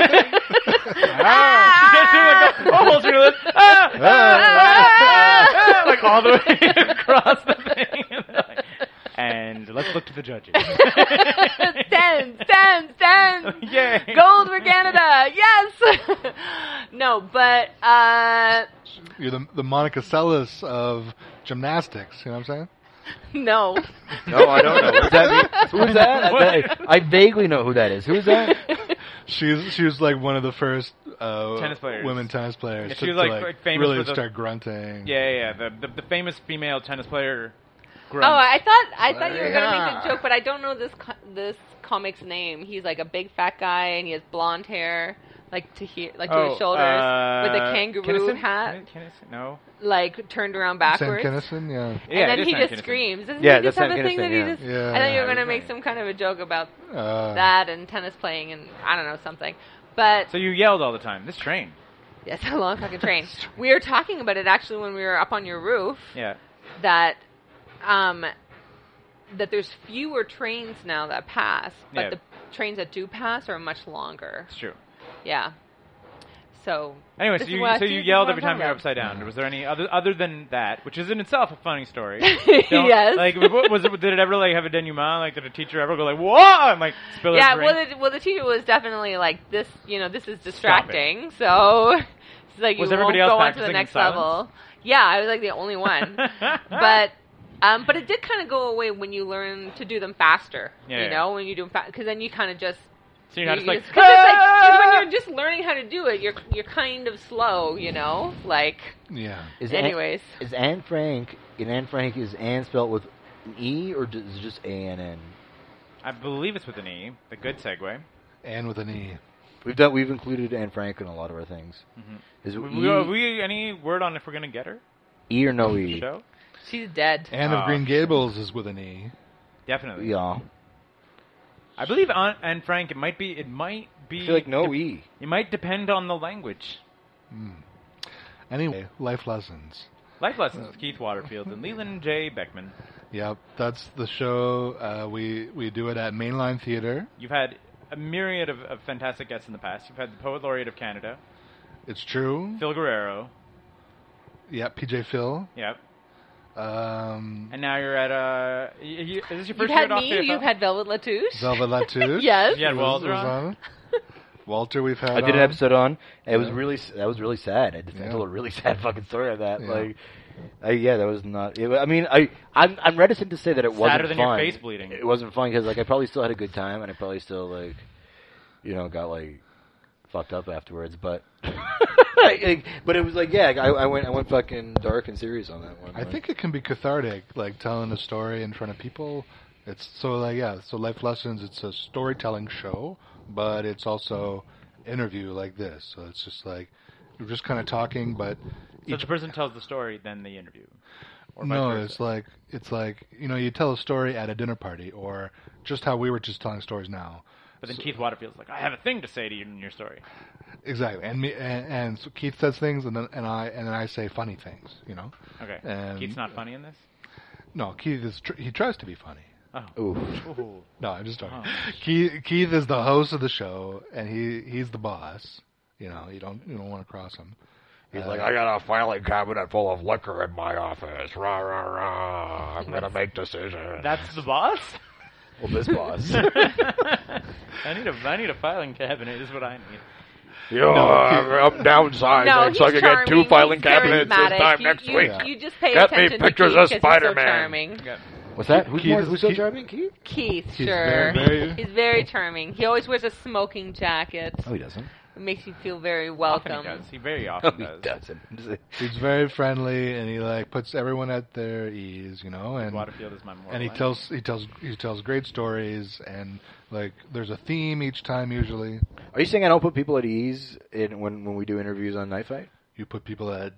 ah, It's like a- almost realist, ah, ah, ah, ah, like all the way across the thing. And let's look to the judges. stand, stand, stand. Yay. Gold for Canada. Yes. no, but uh You're the, the Monica Seles of gymnastics. You know what I'm saying? no. No, I don't know. What does that mean? Who is that? I, I vaguely know who that is. Who is that? She's she was like one of the first uh, Tennis players. women tennis players, Yeah, to, she was, to, like, like, like, famous really for the- start grunting. Yeah, yeah, yeah. The, the the famous female tennis player. Oh, I thought I thought you were gonna Yeah. make a joke, but I don't know this co- this comic's name. He's like a big fat guy, and he has blonde hair, like to here, like to Oh, Oh, his shoulders, uh, with uh, a kangaroo Kinnison? hat, Kinnison? No. like turned around Sam backwards. Kinison, yeah. Yeah, and it then is he Sam just Kinison. screams. Doesn't Yeah, he just that's have Sam a thing Kinison, that he yeah. just? I Yeah. thought you were Yeah, gonna okay. make some kind of a joke about Uh, that and tennis playing and I don't know something, but So you yelled all the time. This train. yes, a long fucking train. we were talking about it actually when we were up on your roof. Yeah. that um that there's fewer trains now that pass, but Yeah. the trains that do pass are much longer. It's true. Yeah. So Anyway, so This is you, what I so see- you this is yelled what every I'm time you were talking upside down. Was there any other other than that, which is in itself a funny story? Don't- yes. Like, w- was it, did it ever like have a denouement? Like, did a teacher ever go like, "Whoa!" and like spill her yeah, drink? well, the, well, the teacher was definitely like this. You know, this is Stop it. distracting. So it's like Was you won't everybody else go on to practicing the in next silence? level. Yeah, I was like the only one, but. Um, but it did kind of go away when you learn to do them faster. Yeah, you yeah. know, when you do them fast, because then you kind of just so you're not just like, "Ah!" Cause it's like, 'cause when you're just learning how to do it, you're you're kind of slow, you know. Like, yeah. Is Anne- anyways, is Anne Frank? In Anne Frank is Anne spelled with an E or d- is it just A N N? I believe it's with an E. The good segue. And with an E. We've done. We've included Anne Frank in a lot of our things. Is it Mm-hmm. We, E, we, we- any word on if we're gonna get her? E or no The E? show? she's dead. Anne of Ah. Green Gables is with an E. Definitely. Yeah. I believe Aunt and Frank. It might be. It might be. I feel like no de- E. It might depend on the language. Anyway, life lessons. Life lessons with Keith Waterfield and Leland J. Beckman. Yep, that's the show. Uh, we we do it at Mainline Theater. You've had a myriad of, of fantastic guests in the past. You've had the poet laureate of Canada, It's true. Phil Guerrero. Yep, PJ Phil. Yep. Um, And now you're at uh. y- y- Is this your You've first had year at me. You've had Velvet Latouche. Zelva Latouche. yes. Yeah, was- Walter was on. on. Walter, we've had. I did an on. episode on. and It was Yeah. really s- that was really sad. I, just, I Yeah. told a really sad fucking story of that. Yeah. Like, I, yeah, that was not. It, wa- I mean, I I'm, I'm reticent to say that it wasn't Sadder than your fun. face bleeding. It wasn't fun because like I probably still had a good time and I probably still like, you know, got like fucked up afterwards. But like, but it was like yeah, I, I went I went fucking dark and serious on that one. I like. think it can be cathartic, like telling a story in front of people. It's so like yeah, so life lessons. It's a storytelling show, but it's also interview like this. So it's just like you're just kind of talking, but So the person tells the story, then the interview. Or vice no, versa. it's like it's like you know you tell a story at a dinner party or just how we were just telling stories now. But then Keith Waterfield's like, I have a thing to say to you in your story. Exactly, and me and, and so Keith says things, and then and I and then I say funny things. You know, Okay. Um, Keith's not funny in this? no, Keith is tr- he tries to be funny. Ooh. Oh. Ooh. No, I'm just talking. Oh. Keith, Keith is the host of the show, and he he's the boss. You know, you don't you don't want to cross him. He's uh, like, I got a filing cabinet full of liquor in my office. Rah, rah, rah. I'm going to make decisions. That's the boss? Well, this boss. I need a I need a filing cabinet is what I need. Yo, I'm, I'm downsizing No, he's so I can get two charming, filing he's cabinets this charismatic, time you, next you, week. You just pay Get me attention pictures to of Keith 'cause he's so Spider-Man. charming. What's that? Who's Keith more, is- who's so Keith- charming? Keith? Keith, He's sure, very- he's very charming. He always wears a smoking jacket. Oh, he doesn't. It makes you feel very Often he welcome. does. He very often does. doesn't. He's very friendly, and he like puts everyone at their ease. You know, and Waterfield is my moral. and he enemy. tells he tells he tells great stories, and like there's a theme each time. Usually, Are you saying I don't put people at ease in, when when we do interviews on Night Fight? you put people at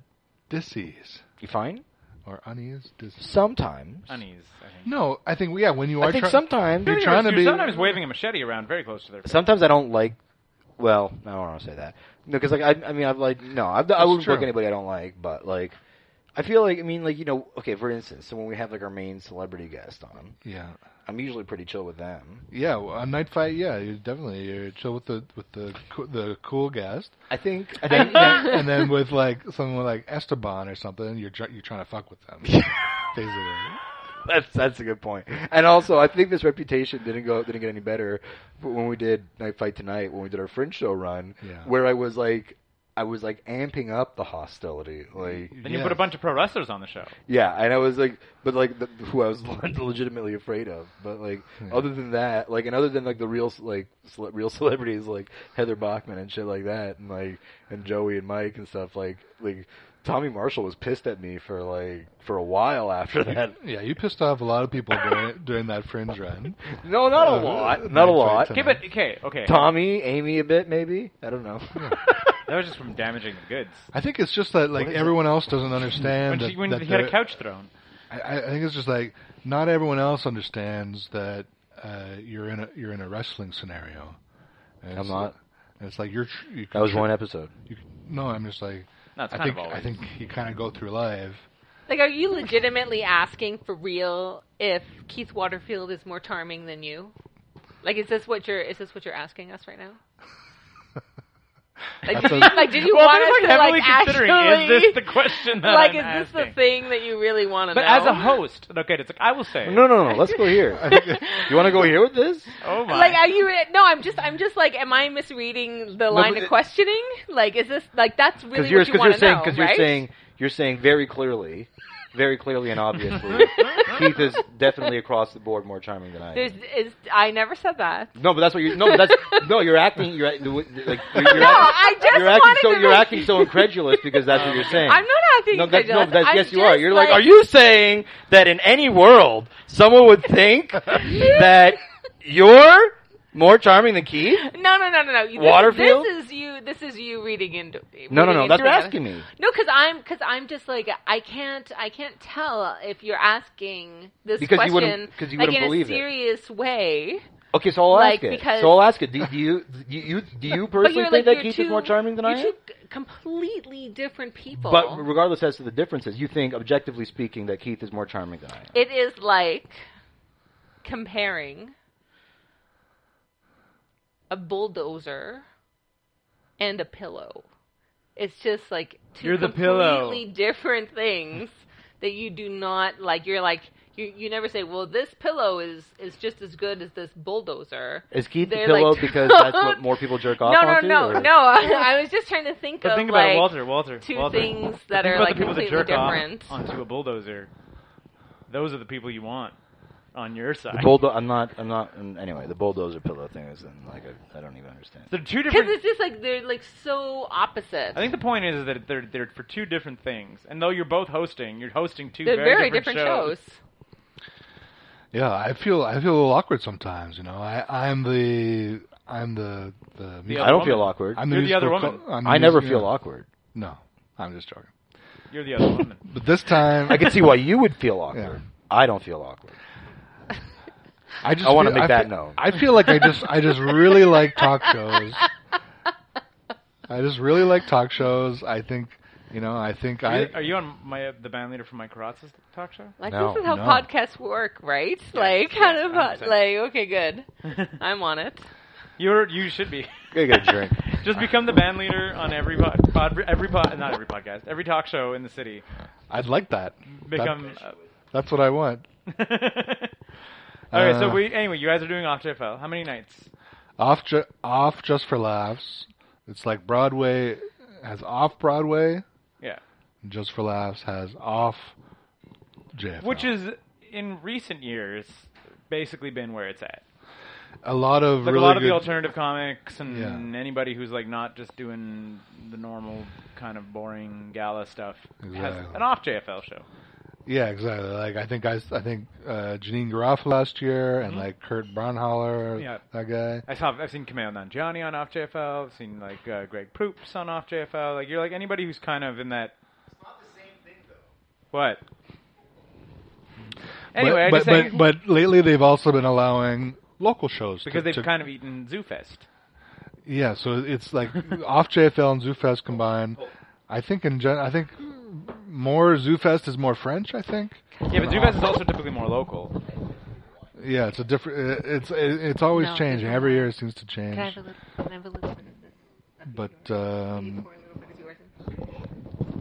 disease You fine? or unease. Dis- Sometimes. unease, I think. no, I think yeah. When you are I think try- sometimes. you're trying to You're be sometimes waving a machete around very close to their face. Sometimes I don't like. Well, I don't want to say that. No, because like I, I mean, I've like no, I've, I wouldn't true. book anybody I don't like, but like. I feel like I mean like you know okay for instance so when we have like our main celebrity guest on yeah. I'm usually pretty chill with them Yeah, well, on Night Fight, yeah, you definitely you're chill with the with the co- the cool guest, I think I and, think and- and then with like someone like Esteban or something, you're try- you're trying to fuck with them. Basically, that's that's a good point. And also, I think this reputation didn't go didn't get any better when we did Night Fight Tonight when we did our Fringe show run, Yeah. where I was like. I was like amping up the hostility. Like Then you put a bunch of pro wrestlers on the show. yeah, and I was like, but like the, who I was legitimately afraid of. But like other than that, like and other than like the real like cele- real celebrities like Heather Bachman and shit like that, and like and Joey and Mike and stuff. Like like Tommy Marshall was pissed at me for like for a while after that. Yeah, you pissed off a lot of people during, during that fringe run. No, not Uh, a lot, not a Mike lot. Tyson. Okay, but okay, okay. Tommy, Amy a bit maybe. I don't know. That was just from damaging the goods. I think it's just that like everyone else doesn't When, understand. she, that- when that he had a the- couch thrown. I- I, I think it's just like not everyone else understands that uh, you're in a you're in a wrestling scenario. And I'm it's- not. and It's like you're. Tr- you That was one episode. You, no, I'm just like. No, it's I kind think of always. I think you kind of go through life. Like, are you legitimately asking for real if Keith Waterfield is more charming than you? Like, is this what you're is this what you're asking us right now? Like, did you, like, did you well, want people us are to heavily like considering actually is this the question that like I'm is asking? this the thing that you really want to But know? as a host, okay, it's like I will say, No, no, no. Let's go here. you want to go here with this? oh my, like are you no i'm just i'm just like am i misreading the line but it- of questioning like is this like that's really Because you're, what you cause you're want to saying, know because right you're saying, you're saying very clearly, very clearly and obviously, Keith is definitely across the board more charming than I am. there's is i never said that no, but that's what you. No, but that's no. You're acting. You're act- like. You're, you're no acting, i just you're acting wanted so. to You're make- acting so incredulous because that's what you're saying. i'm not acting no, that's, no, incredulous. that's, I'm yes, you are. just You're like, are you saying that in any world someone would think that you're more charming than Keith? no no no no no this, Waterfield? this is you this is you reading into No, no, reading no. into That's what it. you're asking me. no because i'm because i'm just like i can't i can't tell if you're asking this Because you wouldn't- question 'cause you like wouldn't in believe it. a serious way Okay, so I'll Like, ask it. because- So I'll ask it. Do, do you do you do you but personally you're like think that you're Keith two, is more charming than I you're am? two c- completely different people But regardless as to the differences, you think objectively speaking that Keith is more charming than I am. It is like comparing a bulldozer and a pillow. It's just like 2 You're the pillow. completely different things that you do not like. You're like you, you never say, "Well, this pillow is is just as good as this bulldozer." Is Keith the They're pillow like- because that's what more people jerk off no, no, onto? no, or- no. I, I was just trying to think But of think about like it, Walter. Walter. two Walter. things that think are about like the people completely that jerk different. off onto a bulldozer. Those are the people you want on your side. The bulldo- I'm not. I'm not. um, Anyway, the bulldozer pillow thing is um, like I I don't even understand. They're two Because different. it's just like they're like so opposite. I think the point is that they're they're for two different things, and though you're both hosting, you're hosting 2 they're very, different, shows. Yeah, I feel I feel a little awkward sometimes. You know, I I'm the I'm the the. music- I don't woman. feel awkward. I'm You're the other musical woman. I'm the I never music- feel awkward. No, I'm just joking. You're the other woman. But this time, I can see why you would feel awkward. I don't feel awkward. I just I wanna feel- make that fe- known. I feel like I just I just really like talk shows. I just really like talk shows. I think you know. I think Are you, I. are you on my the band leader from my Karatza's talk show? Like No, this is how no. podcasts work, right? like how yes, do pod- 100%. like okay, good. I'm on it. You're you should be. Go get a drink. Just become the band leader on every pod, pod every pod, not every podcast, every talk show in the city. I'd like that. Become. That- that's what I want. All right, so Uh, we anyway, you guys are doing off JFL. How many nights? Off, ju- off just for laughs. It's like Broadway has off Broadway. Yeah, Just for laughs has off. JFL. which is in recent years basically been where it's at. a lot of Like really a lot of good, the alternative comics and Yeah. anybody who's like not just doing the normal kind of boring gala stuff has Exactly. an off JFL show. Yeah, exactly. Like I think I, s- I think uh, Janine Garofalo last year and like Kurt Braunhaler, Mm-hmm. Yeah. that guy. I saw I've seen Kamel Nanjiani on off JFL. I've seen like uh, Greg Proops on off JFL. Like you're like anybody who's kind of in that. It's not the same thing though. What? Anyway, I but just but, saying, but, but lately they've also been allowing local shows because to, they've to- kind of eaten Zoo Fest. yeah. So it's like off JFL and ZooFest combined. Oh. I think in gen, I think more ZooFest is more French. I think. Yeah, but Zoo Fest is also typically more local. Yeah, it's a different. It's it's always No, changing. it's- Every year it seems to Can I have change. a little? Can I have a little? But um,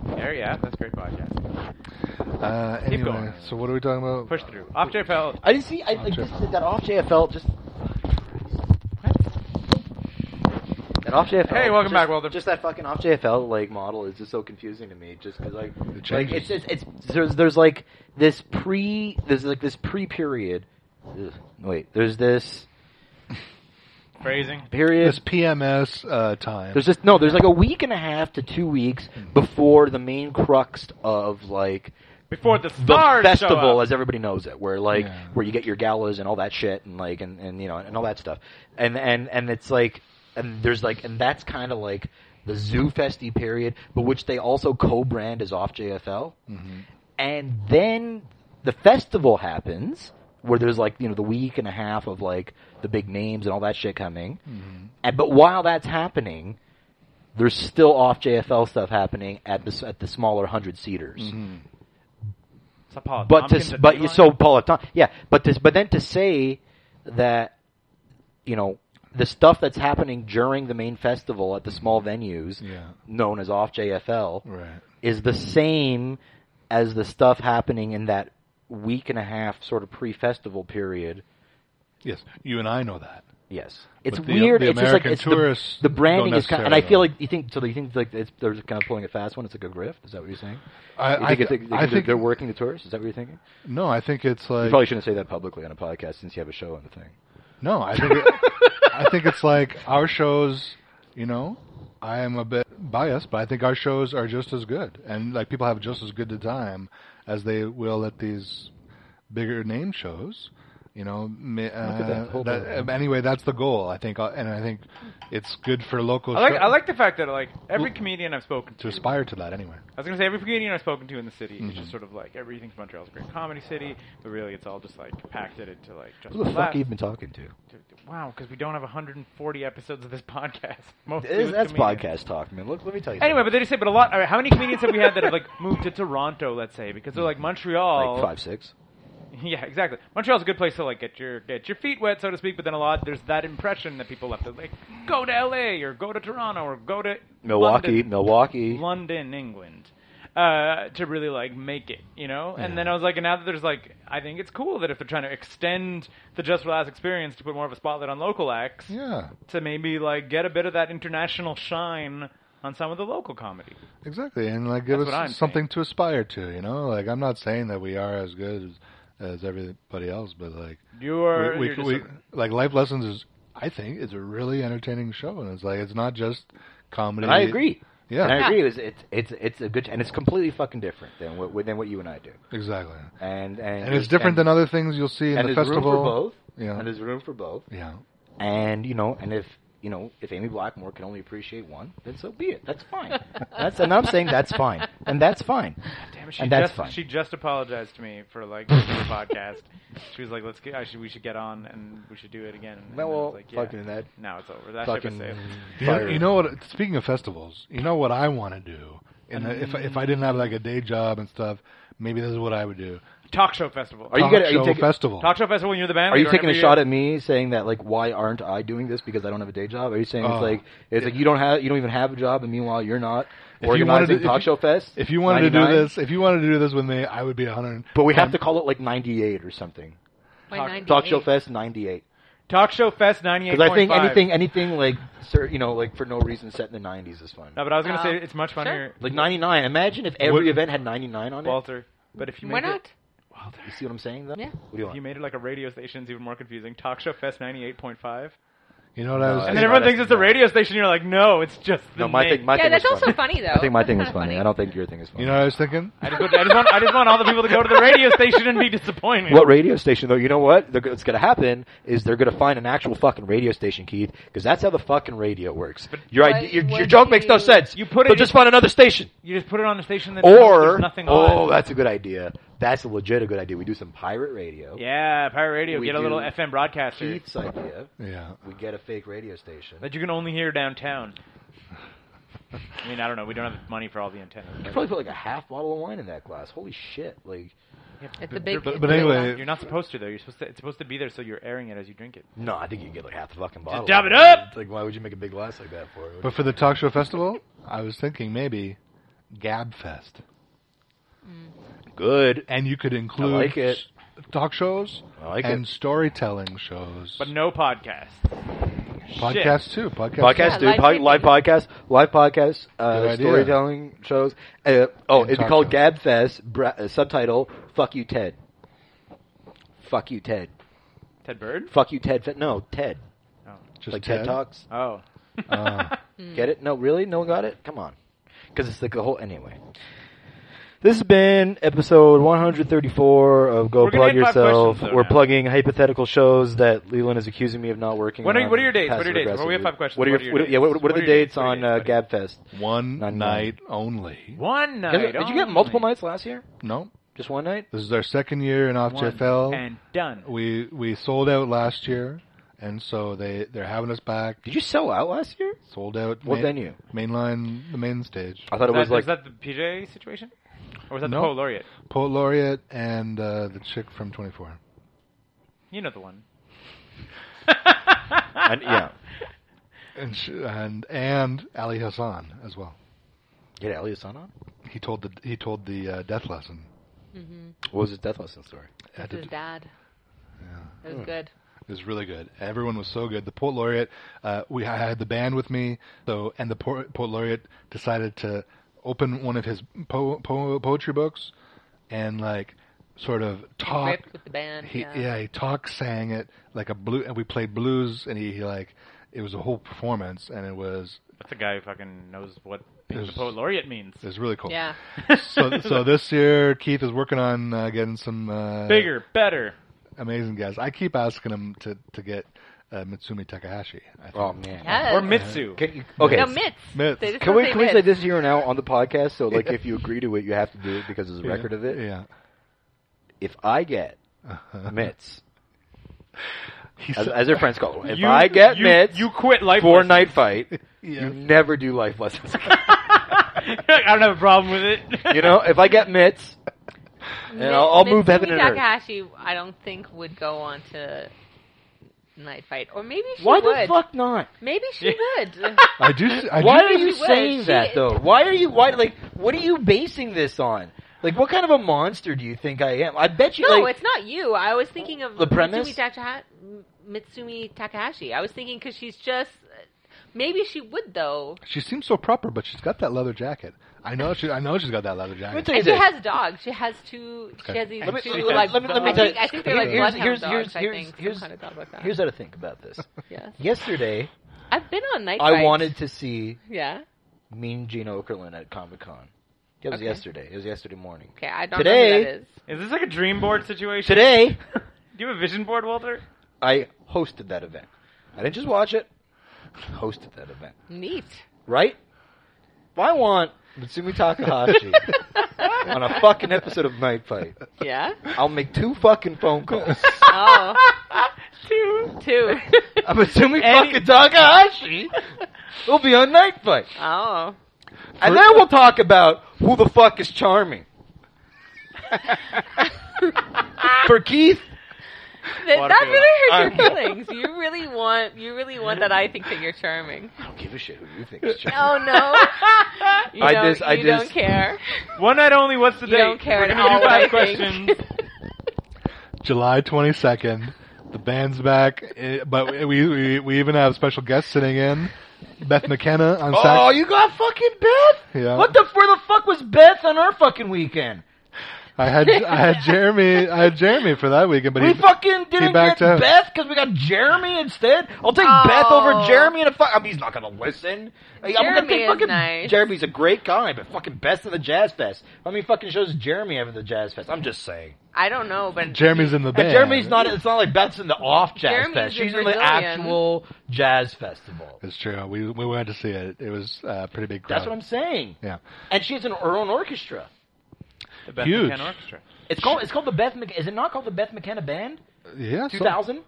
There, yeah, that's great podcast. uh, Keep going. anyway, so what are we talking about? Push through off JFL. I didn't see. I like, JFL. just did that off JFL. Just That off JFL. Hey, welcome just- back, Walter. Just that fucking off JFL like model is just so confusing to me. Just because like, like changes. it's, it's it's there's there's like this pre there's like this pre period. Ugh, Wait, there's this Phrasing. period. This PMS uh, time. There's just no. There's like a week and a half to two weeks before the main crux of like Before the the stars festival show up. as everybody knows it where like Yeah. where you get your galas and all that shit and like and, and you know and all that stuff and and and it's like and there's like and that's kind of like the zoo festy period but which they also co-brand as off jfl Mm-hmm. and then the festival happens where there's like you know the week and a half of like the big names and all that shit coming Mm-hmm. and but while that's happening there's still off JFL stuff happening at the s- at the smaller hundred seaters, Mm-hmm. Mm-hmm. It's a Paul but to, Tompkins s- at but deadline. so Paula, Tom, yeah, but this, but then to say that you know the stuff that's happening during the main festival at the small venues, Yeah. known as off JFL, right. is the same as the stuff happening in that week and a half sort of pre-festival period. Yes, you and I know that. Yes, it's But the- weird. the it's just like American it's tourists the, the don't branding is kind, of, and I necessarily feel know. like you think so. You think like it's, they're kind of pulling a fast one. It's like a grift. Is that what you're saying? I, You I, think it's, I they're- think they're working the tourists. Is that what you're thinking? no. I think it's like You probably shouldn't say that publicly on a podcast since you have a show on the thing. No, I think it, I think it's like our shows. You know, I am a bit biased, but I think our shows are just as good, and like people have just as good a time as they will at these bigger name shows. You know, ma- at that, uh, hold that, on. um, anyway, that's the goal. I think, uh, and I think it's good for local I like show- I like the fact that like every comedian I've spoken to to, aspire to that. Anyway, I was gonna say every comedian I've spoken to in the city is Mm-hmm. just sort of like everything's Montreal's a great comedy city, but really it's all just like packed it into like just Who the left. fuck you've been talking to? Wow, because we don't have 140 episodes of this podcast. Mostly This- with that's comedians. podcast talk, man. Look, let me tell you. Anyway, but they just say, but a lot. all right, how many comedians have we had that have like moved to Toronto? Let's say because they're like something. Montreal. Mm. like five six. Yeah, exactly. Montreal's a good place to like get your get your feet wet, so to speak. But then a lot there's that impression that people left that like go to L.A. or go to Toronto or go to Milwaukee, London. Milwaukee. London, England, uh, to really like make it, you know. And then I was like, and now that there's like, I think it's cool that if they're trying to extend the Just for Laughs experience to put more of a spotlight on local acts, yeah, to maybe like get a bit of that international shine on some of the local comedy. exactly, and like give That's what I'm us something to aspire to. You know, like I'm not saying that we are as good as, as everybody else, but like You are we, you're we, just we, sort of- like life lessons is i think is a really entertaining show and it's like it's not just comedy And I agree. Yeah. and I agree. It's it's it's, it's a good and it's completely fucking different than what than what you and I do. exactly And and, and it's different than other things you'll see in and the there's festival room for both. Yeah. And there's room for both. yeah And you know, and if you know, if Amy Blackmore can only appreciate one, then so be it. That's fine. that's and I'm saying that's fine. And that's fine. Damn, it, she and that's just, fine. She just apologized to me for like the podcast. She was like, "Let's get, I should, we should get on and we should do it again." And Well, I was like, yeah. fucking that- Now it's over. That fucking ship is safe. you know, fire. you know what speaking of festivals you know what i want to do and if if i didn't have like a day job and stuff maybe this is what i would do Talk show festival. Are you Talk gonna- are you show taking- festival Talk show festival when you're the band. Are you leader taking a every shot year. at me saying that like why aren't I doing this because I don't have a day job? Are you saying Oh. it's like it's like you don't have you don't even have a job and meanwhile you're not If you wanted to- organizing if talk you- show fest? if you wanted to 99? do this if you wanted to do this with me i would be 100 but we have to call it like 98 or something. Why Talk- 98? Talk show fest 98 Talk show fest ninety eight. because I think anything anything like sir, you know like for no reason set in the 90s is fun. No, but I was gonna Uh, say it's much funnier, Like 99. Imagine if every What- event had 99 on it. Walter. But if you Why made not? it, you see what I'm saying? Though? Yeah. What do you if you want? made it like a radio station, it's even more confusing. Talk show fest ninety eight point five. you know what i was No, And Hey, then everyone that's- thinks it's a radio station. You're like, no, it's just the No, my name. thing. My yeah, thing that's was also funny though. I think my thing was That's funny. I don't think your thing is funny. you know what i was thinking I just, want- I just want, I just want all the people to go to the radio station and be disappointed. what radio station though? You know what? They're, go- what's going to happen is they're going to find an actual fucking radio station, Keith, because that's how the fucking radio works. Your What- idea, your, what your joke do makes no you- sense. You put it So in- just find another station, You just put it on a station that or there's nothing oh, on. that's a good idea. That's a legit a good idea. We do some pirate radio. yeah, pirate radio. We Get a little do. FM broadcaster Keith's idea. yeah We get a fake radio station. that you can only hear downtown. I mean, I don't know. We don't have money for all the You antennas. probably put like a half bottle of wine in that glass. Holy shit! Like It's a big. but anyway You're not supposed to though. You're supposed to. It's supposed to be there, so you're airing it as you drink it. no, I think you get like half the fucking bottle. dab it up! Like why would you make a big glass like that for? But for the talk show festival, I was thinking maybe Gab Fest, Good. and you could include like it. s- talk shows I like and it. storytelling shows. But no podcast. Podcast too. Podcast. podcast, Yeah, dude. live po- taping. live podcast, live podcast, Good uh, idea. storytelling shows. Uh, oh, And it'd be talk called shows. Gabfest. Bra- uh, subtitle: Fuck you, Ted. Fuck you, Ted. Ted Bird. Fuck you, Ted. Fe- No, Ted. Just like Ted, Talks. Oh, uh, Ah. Get it? No, really? No one got it? Come on. Because it's like the whole. Anyway. This has been episode 134 of Go We're gonna Plug hit five Yourself. questions, though, We're now. plugging hypothetical shows that Leland is accusing me of not working What are- on what are your dates? What are your dates? passive-aggressively. Well, we have five questions. What are your, what are- yeah, what, what are the your dates dates? What are on your uh, dates? GabFest? One Not night only. one You guys- night. Did you get multiple only. nights last year? No, Just one night? this is our second year in off One JFL. and done. we we sold out last year, and so they they're having us back. Did you sell out last year? Sold out. What main- venue? Uh, Mainline, the main stage. I thought it Is that- was like is that the PJ situation, or was that No. the Poet Laureate? Poet laureate and uh, the chick from Twenty Four. You know the one. and- yeah. And sh and and Ali Hassan as well. Get Elias on on? He told the he told the uh, death lesson. Mm-hmm. What was his death lesson story? At That's the- his dad. It was good. It was really good. Everyone was so good. The Port Laureate, uh, we I had the band with me, so and the Port, Port Laureate decided to open one of his po- po- poetry books, and like sort of talk. Ripped with the band. He, yeah. he talk sang it like a blue, and we played blues, and he, he like it was a whole performance, and it was That's a guy who fucking knows what There's- the Poet Laureate means. it was really cool. Yeah. So so this year Keith is working on uh, getting some uh, Bigger, better. amazing guys. I keep asking him to to get uh, Mitsumi Takahashi. I think. Oh man. Yes. Or Mitsu. Okay. No, mitts. Mitts. They just Can don't we say can we say mitts. this here and now on the podcast? So like, if you agree to it, you have to do it because there's a record of it. Yeah. If I get mitts, He as, said- as their friends call, it, if You- I get you, mitts you quit life for lessons. night fight, Yeah. you never do life lessons. I don't have a problem with it. you know, if I get mitts, and I'll, I'll move Mitsumi heaven and earth. Takahashi, I don't think would go on to Night Fight, or maybe she Why the would. fuck not? Maybe she would. I do. s- I do Why s- are you she would. saying She- that though? Why are you why like what are you basing this on? Like what kind of a monster do you think I am? I bet you no, like it's not you. I was thinking of The premise? Mitsumi, Takaha- M- Mitsumi Takahashi. I was thinking because she's just. Maybe she would though. She seems so proper, but she's got that leather jacket. I know she. I know she's got that leather Let me jacket. tell you And she this. has dogs. She has two. Okay. She has these Let me- two. let me- like, let me- let me I, tell think, you- I think they're like here's- bloodhound here's- dogs. here's- I here's- think here's- some kind of dog like that. Here's how to think about this. yes. Yesterday, I've been on night. I Fight. wanted to see Yeah. Mean Gene Okerlund at Comic Con. It was Okay. yesterday. It was yesterday morning. Okay. I don't know Today- who that is. Is this like a dream board situation? Today, Do you have a vision board, Walter? I hosted that event. I didn't just watch it. I hosted that event. Neat. Right? If I want Mitsumi Takahashi on a fucking episode of Night Fight, Yeah. I'll make two fucking phone calls. Oh. two. Two. I'm assuming Any- fucking Takahashi will be on Night Fight. oh. And then we'll talk about who the fuck is charming. For Keith, That, Water that balloon. really hurt your feelings. You really want. You really want that. I think that you're charming. I don't give a shit who you think is Oh charming. no. You I don't, just- I you just- don't care. One night only. What's the You date? don't care We're at gonna all. do I five think. questions. July twenty second. The band's back, eh, but we, we we even have special guests sitting in. Beth McKenna on Oh, sax. you got fucking Beth? Yeah. What the? Where the fuck was Beth on our fucking weekend? I had I had Jeremy. I had Jeremy for that weekend, but We he, fucking didn't backed get out. Beth because we got Jeremy instead. I'll take Oh. Beth over Jeremy in a fuck. I mean, he's not gonna listen. I- I'm gonna Jeremy take is fucking nice. Jeremy's a great guy, but fucking best of the Jazz Fest. How many fucking shows is Jeremy having the Jazz Fest? I'm just saying. I don't know, but Jeremy's in the band. And Jeremy's not. It's not like Beth's in the off Jazz Jeremy's Fest. a She's in the Brazilian. actual Jazz Festival. It's true. We we went to see it. It was uh, pretty big crowd. That's what I'm saying. Yeah. And she has an her own orchestra. The Beth Huge. McKenna Orchestra. It's called. It's called the Beth. Mc, is it not called the Beth McKenna Band? Yeah. Two so- thousand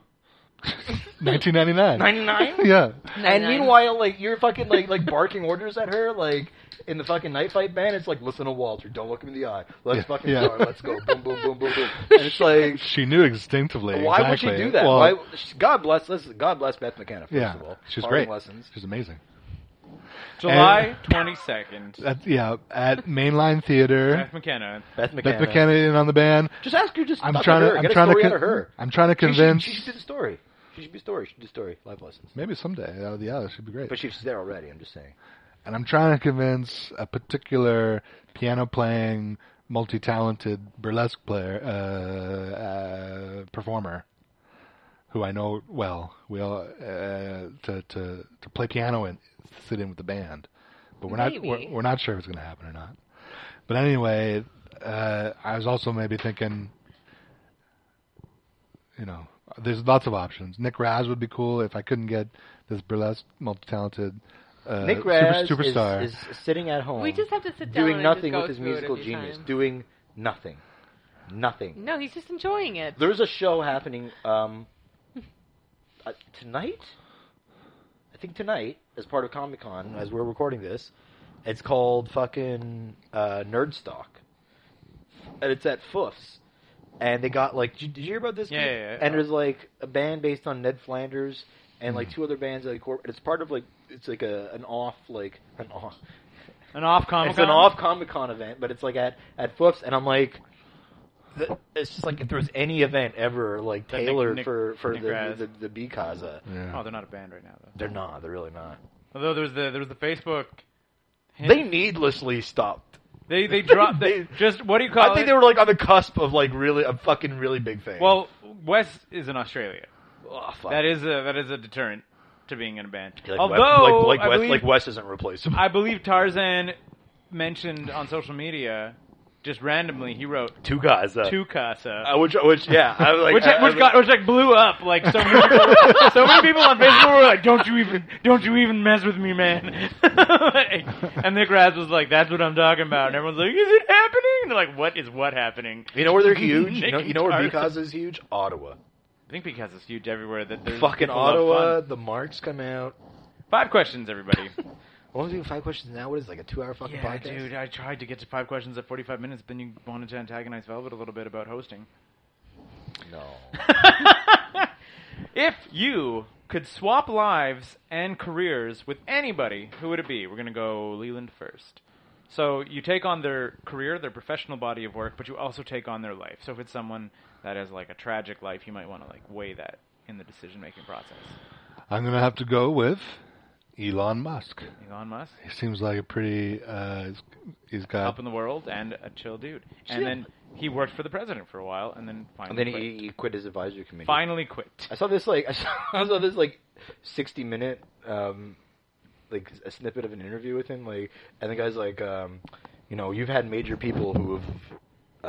1999. ninety nine. Yeah. And 99. meanwhile, like you're fucking like like barking orders at her, like in the fucking night fight band. It's like, listen to Walter, don't look him in the eye. Let's Yeah, fucking yeah. start. Let's go. Boom, boom, boom, boom, boom. And it's like, She knew instinctively. why exactly. would she do that? Well, why, God bless. Listen, God bless Beth McKenna. First yeah. of all, She's Farming great. Uh, Lessons. She's amazing. July twenty second. At, yeah, at Mainline Theater. Beth McKenna. Beth Beth McKenna. McKenna in on the band. Just ask her. Just I'm talk trying to. to. Her. I'm Get a trying to. story con- out of her. I'm trying to She should- convince. She should, do the story. She should be story. She should do story, life lessons. Maybe someday out of the alley should be great. But she's there already. I'm just saying. and I'm trying to convince a particular piano playing, multi talented burlesque player uh, uh, performer who I know well. We all uh, to to to play piano and sit in with the band, but we're not Maybe. we're, we're not sure if it's going to happen or not. But anyway, uh, I was also maybe thinking, you know, there's lots of options. Nick Raz would be cool if I couldn't get this burlesque multi-talented uh, Nick Raz super, superstar. Is, is sitting at home. We just have to sit down Oh. doing and nothing just go with his through it musical every genius. time. Doing nothing. Nothing. No, he's just enjoying it. There's a show happening um, uh, tonight. I think tonight, as part of Comic Con, as we're recording this, it's called fucking uh, Nerdstock, and it's at Foofs. And they got like, did you hear about this? Yeah, kid? yeah, yeah. And there's like a band based on Ned Flanders, and Hmm. like two other bands like. corp- It's part of like, it's like a an off like an off. An off comic. It's an off Comic Con event, but it's like at at Foofs, and I'm like, th- it's just like if there was any event ever like That Nick- tailored Nick- for for Nick the, Raz. the the B Kaza, Oh, yeah. they're not a band right now though. they're not. They're really not. Although there was the there was the Facebook. hint. They needlessly stopped. they they dropped they, they- just what do you call I think it? they were like on the cusp of like really a fucking really big thing. well, Wes is in Australia. oh, fuck. That is a that is a deterrent to being in a band. like Although Wes, like, like, I Wes, believe, like Wes isn't replaceable. I believe Tarzan mentioned on social media just randomly he wrote two guys. Uh, to Casa. uh, which which yeah, I was like which, I- I which was- got which like blew up like so many people, so many people on Facebook were like don't you even don't you even mess with me man Like, and Nick Raz was like that's what I'm talking about and everyone's like is it happening and they're like what is what happening You know where they're huge. you Nick know you know where B Tarzan. Kaza is huge. Ottawa, I think because it's huge everywhere that there's fucking people love Ottawa. fun. The marks come out. five questions everybody What was it? Five questions now. What is it, like a two-hour fucking yeah podcast? dude I tried to get to five questions at 45 minutes then you wanted to antagonize Velvet a little bit about hosting No. if you could swap lives and careers with anybody, who would it be? We're going to go Leland first. So you take on their career, their professional body of work, but you also take on their life. So if it's someone that has like a tragic life, you might want to like weigh that in the decision making process. I'm gonna have to go with Elon Musk. Elon Musk, He seems like a pretty. Uh, he's- he's got up in the world and a chill dude. And then he worked for the president for a while, and then finally And then quit. he, he quit his advisory committee. finally quit. I saw this like I saw, I saw this like sixty minute um like a snippet of an interview with him like and the guy's like um you know you've had major people who have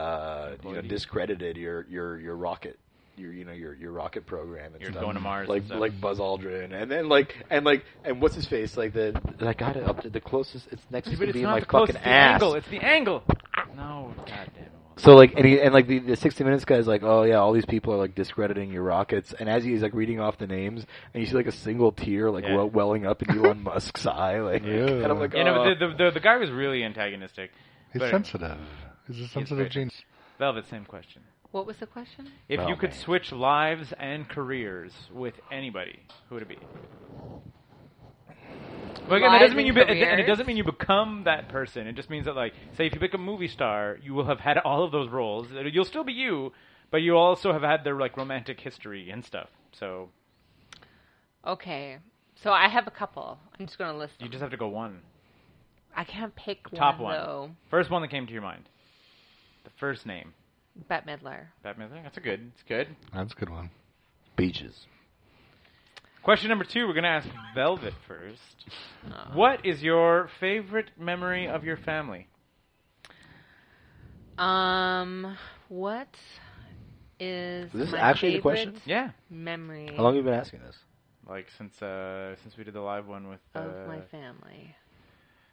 uh you know discredited your your your rocket your you know your your rocket program and You're stuff. going to Mars and like stuff. like Buzz Aldrin and then like and like and what's his face like the I got it up to the closest it's next But to it's be not my the close, fucking it's the ass angle. It's the angle. No, goddamn it. Walter. So like and he, and like the, the sixty minutes guy's like, oh yeah, all these people are like discrediting your rockets, and as he's like reading off the names, and you see like a single tear like Yeah. well, welling up in Elon Musk's eye, like, Yeah. and I'm like, You know, oh. but the, the, the the guy was really antagonistic. he's But- sensitive. He's a sensitive very genius. Velvet, same question. What was the question? If you Oh, could man. switch lives and careers with anybody, who would it be? But again, that Lives doesn't mean you and be, and it careers? doesn't mean you become that person. It just means that, like, say, if you pick a movie star, you will have had all of those roles. You'll still be you, but you also have had their like romantic history and stuff. So Okay, so I have a couple. I'm just gonna list. you Them. just have to go one, I can't pick top one one, though. first one that came to your mind, the first name. Bette Midler. Batman. That's a good. It's good. That's a good one. beaches. Question number two, we're going to ask Velvet first. Uh. What is your favorite memory of your family? Um, what is This is my actually the favorite question? Yeah. Memory How long have you been asking this? Like since uh since we did the live one with uh, of my family.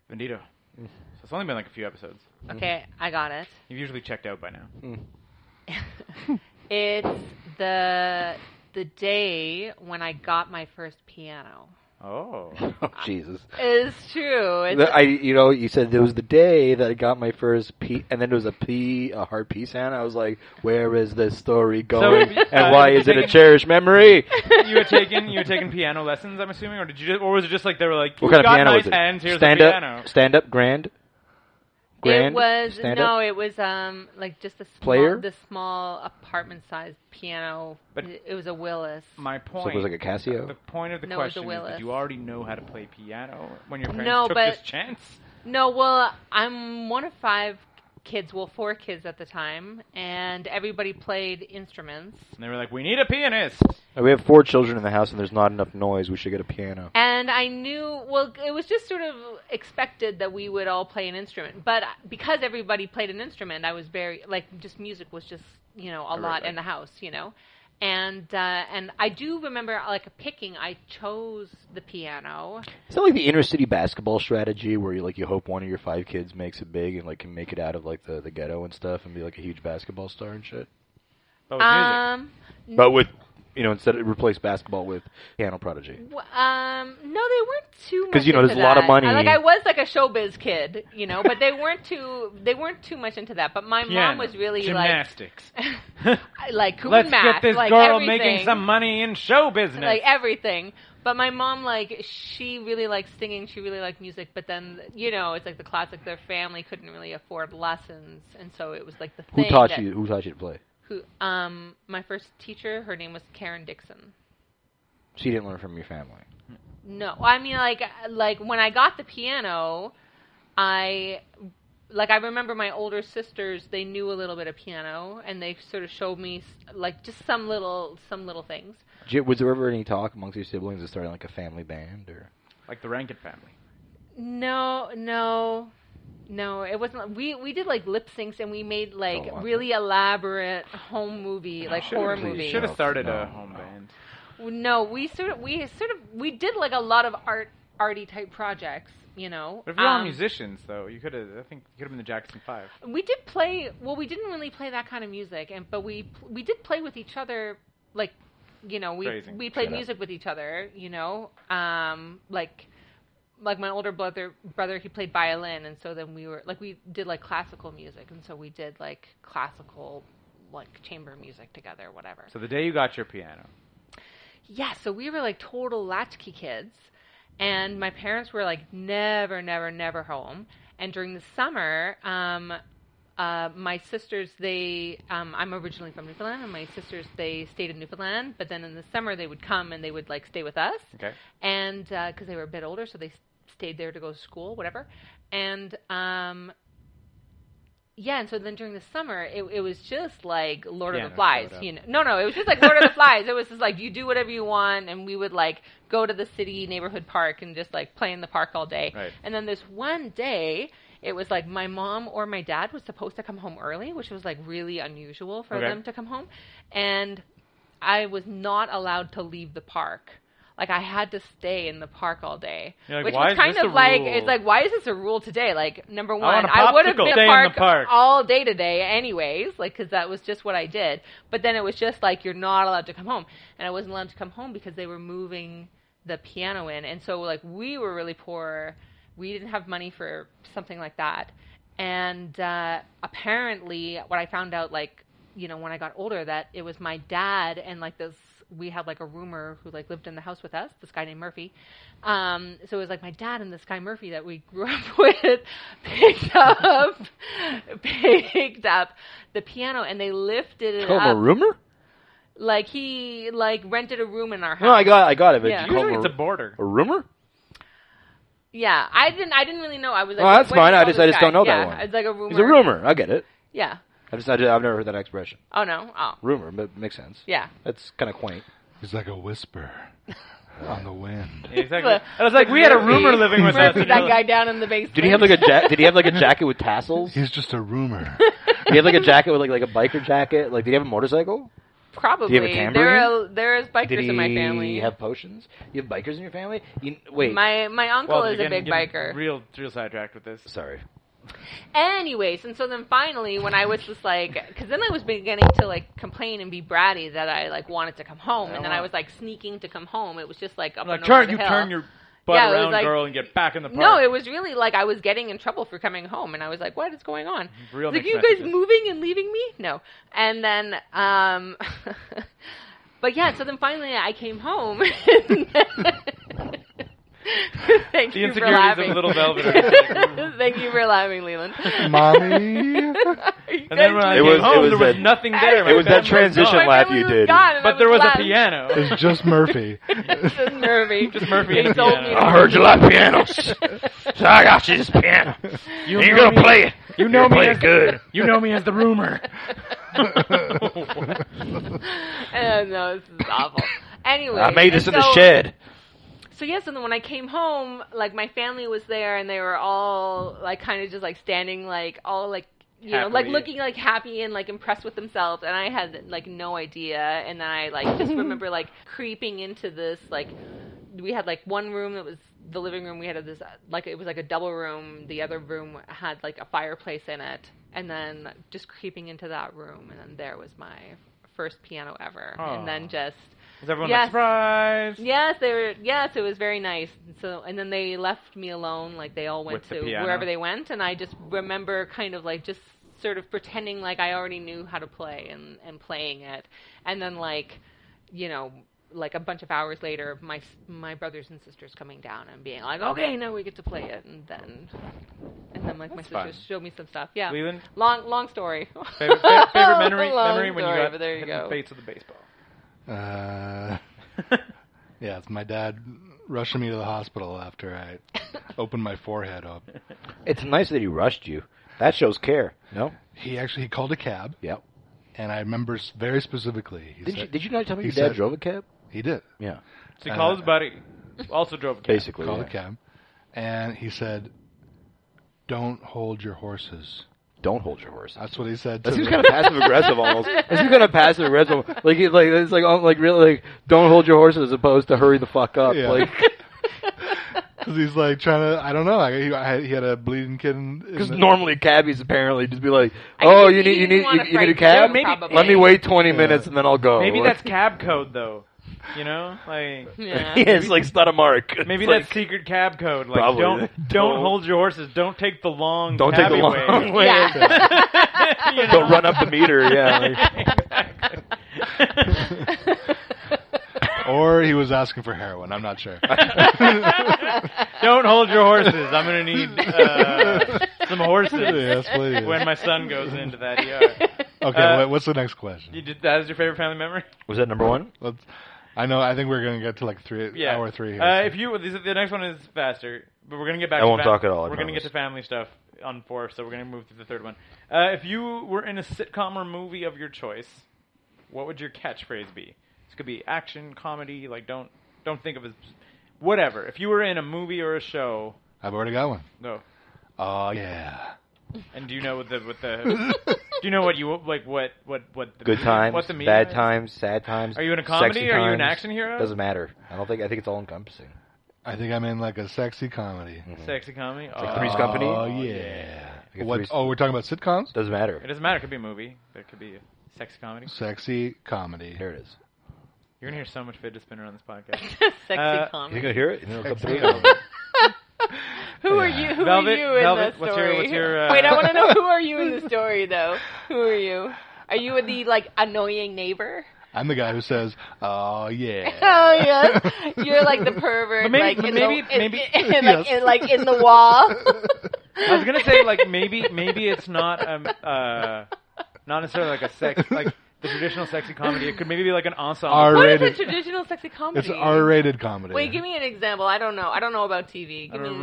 Vendito. So it's only been like a few episodes. Okay, I got it. You've usually checked out by now. Hmm. It's the the day when I got my first piano. Oh. Oh Jesus! It's true. It's, The- I you know you said it was the day that I got my first P, and then it was a P, a hard P sound. I was like, where is this story going, if you- and why is it a cherished memory? you were taking you were taking piano lessons, I'm assuming, or did you just, or was it just like they were like What "You've kind of got piano nice was it? hands, here's stand a up, piano. stand up, grand. it grand was stand-up? no, it was um like just a small, Player? the small apartment-sized piano. But- it, it was a Willis. My point. So it was like a Casio. The point of the No, it was a question is, Willis. did you already know how to play piano when your parents No, took but- this chance? No, well, I'm one of five kids, well, four kids at the time, and everybody played instruments. And they were like, "We need a pianist." Uh, We have four children in the house, and there's not enough noise. We should get a piano. And I knew, well, it was just sort of expected that we would all play an instrument. But because everybody played an instrument, I was very, like, just music was just, you know, a lot in the house, you know? And uh, and I do remember like picking. I chose the piano. It's not like the inner city basketball strategy where you like you hope one of your five kids makes it big and like can make it out of like the, the ghetto and stuff and be like a huge basketball star and shit. But with Oh, music. Um, But with you know instead of replace basketball with piano prodigy. W- Um, no, they weren't too. 'Cause, much you know, into there's a lot of that. I- money. Like I was like a showbiz kid, you know, but they weren't too. They weren't too much into that. But my mom Piano, was really gymnastics. like, I- like Coop Let's and Mac, get this like girl everything, making some money in show business. like everything. But my mom, like, she really liked singing. She really liked music. But then, you know, it's like the classic. Their family couldn't really afford lessons, and so it was like the Who thing. taught that- you? Who taught you to play? Who? Um, my first teacher. Her name was Karen Dixon. She didn't learn from your family. No, I mean like like when I got the piano, I like I remember my older sisters. They knew a little bit of piano, and they sort of showed me like just some little some little things. Did you- Was there ever any talk amongst your siblings of starting like a family band or? Like the Rankin family. No, no, no. It wasn't. We we did like lip syncs, and we made like Oh, wow. really elaborate home movie like Should've- horror movie. Should have started No, a home band. No, we sort of we sort of we did like a lot of art arty type projects. You know, But if you're all Um, musicians, though, you could have. I think you could have been the Jackson Five. we did play well we didn't really play that kind of music and but we we did play with each other like you know we Phrasing. we played Shut up. music with each other you know um like like my older brother brother he played violin and so then we were like we did like classical music and so we did like classical like chamber music together whatever So the day you got your piano, yeah, so we were like total latchkey kids. And my parents were like never, never, never home. And during the summer, um, uh, my sisters, they, um, I'm originally from Newfoundland, and my sisters, they stayed in Newfoundland. But then in the summer, they would come and they would like stay with us. Okay. And because they were a bit older, so they s- stayed there to go to school, whatever. And um, yeah, and so then during the summer, it, it was just like Lord of Piano the Flies, showed up. you know? No, no, it was just like Lord of the Flies. It was just like you do whatever you want, and we would like go to the city neighborhood park and just like play in the park all day. Right. And then this one day, it was like my mom or my dad was supposed to come home early, which was like really unusual for Okay. them to come home, and I was not allowed to leave the park. Like I had to stay in the park all day, You're like, which "Why was is kind this of a like rule?" it's like why is this a rule today? Like number one, want a I would have popsicle. been Stay in at the park, park. all day today, anyways, like because that was just what I did. But then it was just like you're not allowed to come home, and I wasn't allowed to come home because they were moving the piano in, and so like we were really poor. We didn't have money for something like that, and uh, apparently, what I found out like you know when I got older that it was my dad and like this we had like a roomer who like lived in the house with us, this guy named Murphy. Um, so it was like my dad and this guy Murphy that we grew up with picked up picked up the piano and they lifted it Call him a up. rumor? Like he like rented a room in our house. No, I got I got it. But Yeah. did you call usually him it's a, a border. a rumor? Yeah, I didn't. I didn't really know. I was like, Oh, that's what do you fine. I call just- this I just guy? don't know that Yeah, one. It's like a rumor. He's a rumor. I get it. Yeah. I just I, have never heard that expression. Oh no. Oh Rumor, but it makes sense. yeah. That's kind of quaint. He's like a whisper on the wind. Exactly. And it's like we had a rumor living with us. Murphy, and that you're guy like- down in the basement. Did he have like a ja- Did he have like a jacket with tassels? Did He's just a rumor. he have like a jacket with like like a biker jacket? Like did he have a motorcycle? Probably. tambourine? there are there is bikers Did he in my family. have potions? You have bikers in your family? You, wait, my my uncle Well, is you're a getting- big getting biker. Real, real sidetracked with this. sorry. Anyways, and so then finally, when I was just like, because then I was beginning to like complain and be bratty that I like wanted to come home, and then I was like sneaking to come home. It was just like up I'm Uh-huh. like, and over turn the you hill. turn your butt Yeah, it was around, like- girl, and get back in the park. No, it was really like I was getting in trouble for coming home, and I was like, "What is going on? Real like, mixed you guys messages. moving and leaving me? No." And then, um, but yeah, so then finally I came home. Thank The you for insecurities of laughing. Little Velvet are Thank you for laughing, Leland. Mommy. You And then when I guys it came was, home, home, was there was that- nothing there. My it was that family gone. my transition family laugh you was did. gone, and I But there was a glad. piano. It's just Murphy. Just Murphy. Just Murphy They and sold piano. me I heard you like pianos. so I got you this piano. You are know gonna play it. You know You're me Play as it good. you know me as the rumor. Uh, no, this is awful. Anyway, I made this in the so- shed. So yes, and then when I came home, like my family was there, and they were all like kind of just like standing, like all like you know, like Happily. looking like happy and like impressed with themselves. And I had like no idea, and then I like just remember like creeping into this like we had like one room that was the living room. We had this uh, like it was like a double room. The other room had like a fireplace in it, and then just creeping into that room, and then there was my first piano ever, and Aw. then just. Is everyone Yes. like surprised? Yes, they were. Yes, it was very nice. And So, and then they left me alone. Like they all went With the to piano? wherever they went, and I just remember kind of like just sort of pretending like I already knew how to play and and playing it, and then like, you know. Like a bunch of hours later, my s- my brothers and sisters coming down and being like, "Okay, now we get to play it," and then, and then like my fun. sisters showed me some stuff. Yeah, Leland, long long story. favorite, fa- favorite memory, Long memory when you story, got but there you hit in the go. face with a baseball. Uh, yeah, it's my dad rushing me to the hospital after I opened my forehead up. It's nice that he rushed you. That shows care. No. He actually he called a cab, Yep. and I remember s- very specifically. He Did said, you Did you not tell me he your dad said- drove a cab? He did Yeah. So he Uh, called his buddy, also drove a cab. Basically. call Oh, yeah. a cab, and he said, "Don't hold your horses." Don't hold your horse. That's what he said. That to seems me. kind of passive aggressive almost. That seems kind of passive aggressive. Like it- like it's like oh, like really like don't hold your horses as opposed to hurry the fuck up. Yeah. Like Because he's like trying to, I don't know. I, he, I, he had a bleeding kid. in- in because the- normally cabbies apparently just be like, I oh think you he need you didn't need wanna you, you need a frighten cab. them, Maybe- probably. Let me wait twenty Yeah. minutes and then I'll go. Maybe Like- that's cab code though. You know, like Yeah. yeah, it's like it's not a mark. maybe It's like, that's secret cab code. Like Probably. don't, don't Don't- hold your horses. Don't take the long. don't take the cabby long way. way. Yeah. You know? Don't run up the meter. Yeah. like- Exactly. Or he was asking for heroin. I'm not sure. Uh, Don't hold your horses. I'm gonna need uh, some horses yes, please. when my son goes into that yard. okay, uh, what, what's the next question? You did, that is your favorite family memory? Was that number one? Let's. I know. I think we're gonna get to like three hour three. Here, Uh, so. if you this is- the next one is faster, but we're gonna get back. I to won't fam- talk at all, We're I gonna promise. get to family stuff on four, so we're gonna move to the third one. Uh, if you were in a sitcom or movie of your choice, what would your catchphrase be? This could be action, comedy. Like don't don't think of it. as- Whatever. If you were in a movie or a show, I've already got one. no. Oh yeah. And do you know what the what the do you know what you like what what what the Good media- times, what the media bad is? times, sad times. Are you in a sexy comedy? Are you an times. action hero? Doesn't matter. I don't think. I think it's all encompassing. I think I'm in like a sexy comedy. Sexy comedy. like Oh. Three's Company? Oh yeah. Like a What? Three's- Oh, we're talking about sitcoms. Doesn't It matter. doesn't matter. It could be a movie. but It could be a sex comedy. Sexy comedy. Here it is. You're gonna hear so much fidget spinner on this podcast. Sexy Uh, You comedy. gonna hear it? You know, company? Who are you? Who Velvet- are you in Velvet, this what's your- story? what's your, uh, Wait, I want to know who are you in the story though? Who are you? Are you the like annoying neighbor? I'm the guy who says, "Oh yeah." Oh yeah, you're like the pervert, But maybe- like but in maybe- the, in- maybe- in- in- like, in, like in the wall. I was gonna say like maybe maybe it's not um uh not necessarily like a sex like the traditional sexy comedy. It could maybe be like an ensemble. What is a R-rated. traditional sexy comedy? It's R-rated comedy. Wait, give me an example. I don't know. I don't know about TV. Give An me an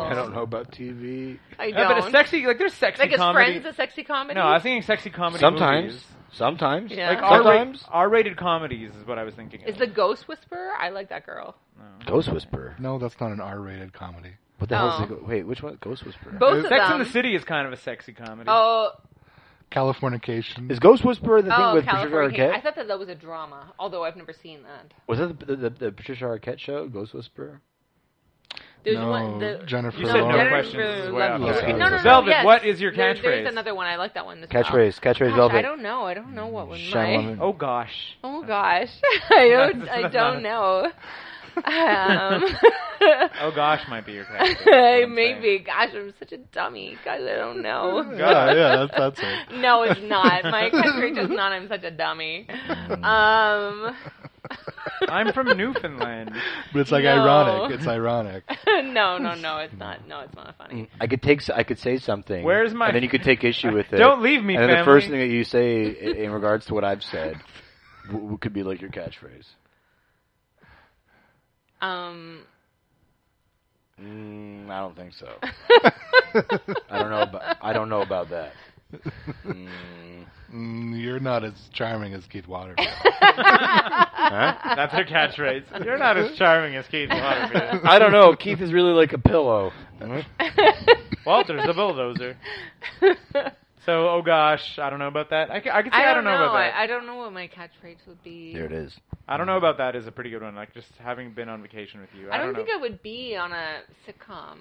example. I know about TV. I Yeah, but a don't. sexy like there's sexy like is comedy. Friends a sexy comedy? no, I was thinking sexy comedy. Sometimes, movies. sometimes, Yeah. Like Like R-rated, R-rated comedies is what I was thinking. Is of. the Ghost Whisperer? I like that girl. Ghost Whisperer. No, that's not an R-rated comedy. What the hell is Oh. the go- wait? Which one? Ghost Whisperer. Both of Sex them. in the City is kind of a sexy comedy. Oh, Californication. is Ghost Whisperer the oh, thing with California. Patricia Arquette? I thought that that was a drama, although I've never seen that. Was that the, the, the, the Patricia Arquette show? Ghost Whisperer. There's no, one. The, Jennifer. You said no Lawrence. questions. This is way off topic. no, no, no, Velvet, yes. what is your There- catchphrase? there's another one. I like that one. As well. Catchphrase. Catchphrase. Gosh, Velvet. I don't know. I don't know what was my. Shyamalan. Oh gosh. Oh gosh, I don't. That's I not- don't know. Um, Oh gosh might be your catchphrase. is what I'm saying. maybe. Gosh, I'm such a dummy. Guys, I don't know. Yeah, yeah, that's, that's it. Mm. No, it's not. My catchphrase is not. I'm such a dummy. Um. I'm from Newfoundland. But it's like No. ironic. It's ironic. no, no, no, it's not. No, it's not funny. I could take, s- I could say something. Where's my- And then you could take issue with it. Don't leave me, And then the family. first thing that you say i- in regards to what I've said w- w- could be like your catchphrase. Um, Mm, I don't think so. I don't know. About, I don't know about that. Mm, Mm, you're not as charming as Keith Waterman. huh? That's her catchphrase. You're not as charming as Keith Waterman. I don't know. Keith is really like a pillow. Walter's a bulldozer. So, oh gosh, I don't know about that. I, ca- I could say I I don't, don't, know, about that. I, I don't know what my catchphrase would be. There it is. I, don't know about that is a pretty good one. Like just having been on vacation with you. I, I don't think know. I would be on a sitcom.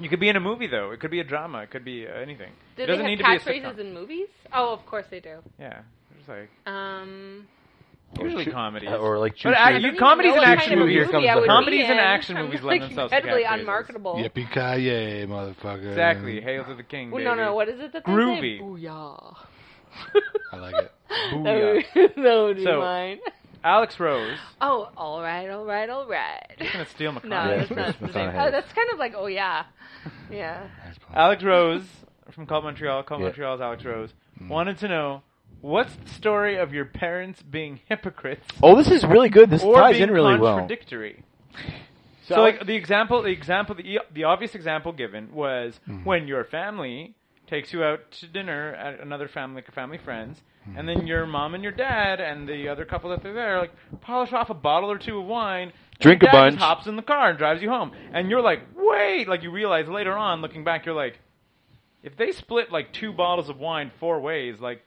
you could be in a movie though. It could be a drama. It could be uh, anything. Do they it doesn't have need to be a catchphrases sitcom. in movies? Oh, of course they do. yeah, just like Um, Or usually choo- comedies. uh, or like choo But I- I you- don't comedies even know and what action kind of movies movie comes I to would mind. Comedies be and in. action movies I'm lend like themselves to incredibly catchphrases. unmarketable. Yippee ki yay, motherfucker! exactly. uh, Hail to the king. Well, no, baby. no. What is it that they Groovy. say? Booyah. I like it. Booyah. that would, that would be So- mine. Alex Rose. Oh, all right, all right, all right. I'm gonna steal my No, comment. Yeah, that's not that's the not same. how it Oh, is. that's kind of like, oh yeah, yeah. Alex Rose from Call Montreal. Call Um, Yeah. Mm. Montreal's Alex Rose wanted to know what's the story of your parents being hypocrites Oh, this is really good. This or ties being in really well. contradictory. So, like the example, the example, the, e, the obvious example given was Mm-hmm. when your family takes you out to dinner at another family, like family friends, Mm-hmm. and then your mom and your dad and the other couple that they're there like polish off a bottle or two of wine, and Drink your a dad bunch. just hops in the car and drives you home, and you're like, wait, like you realize later on, looking back, you're like, if they split like two bottles of wine four ways, like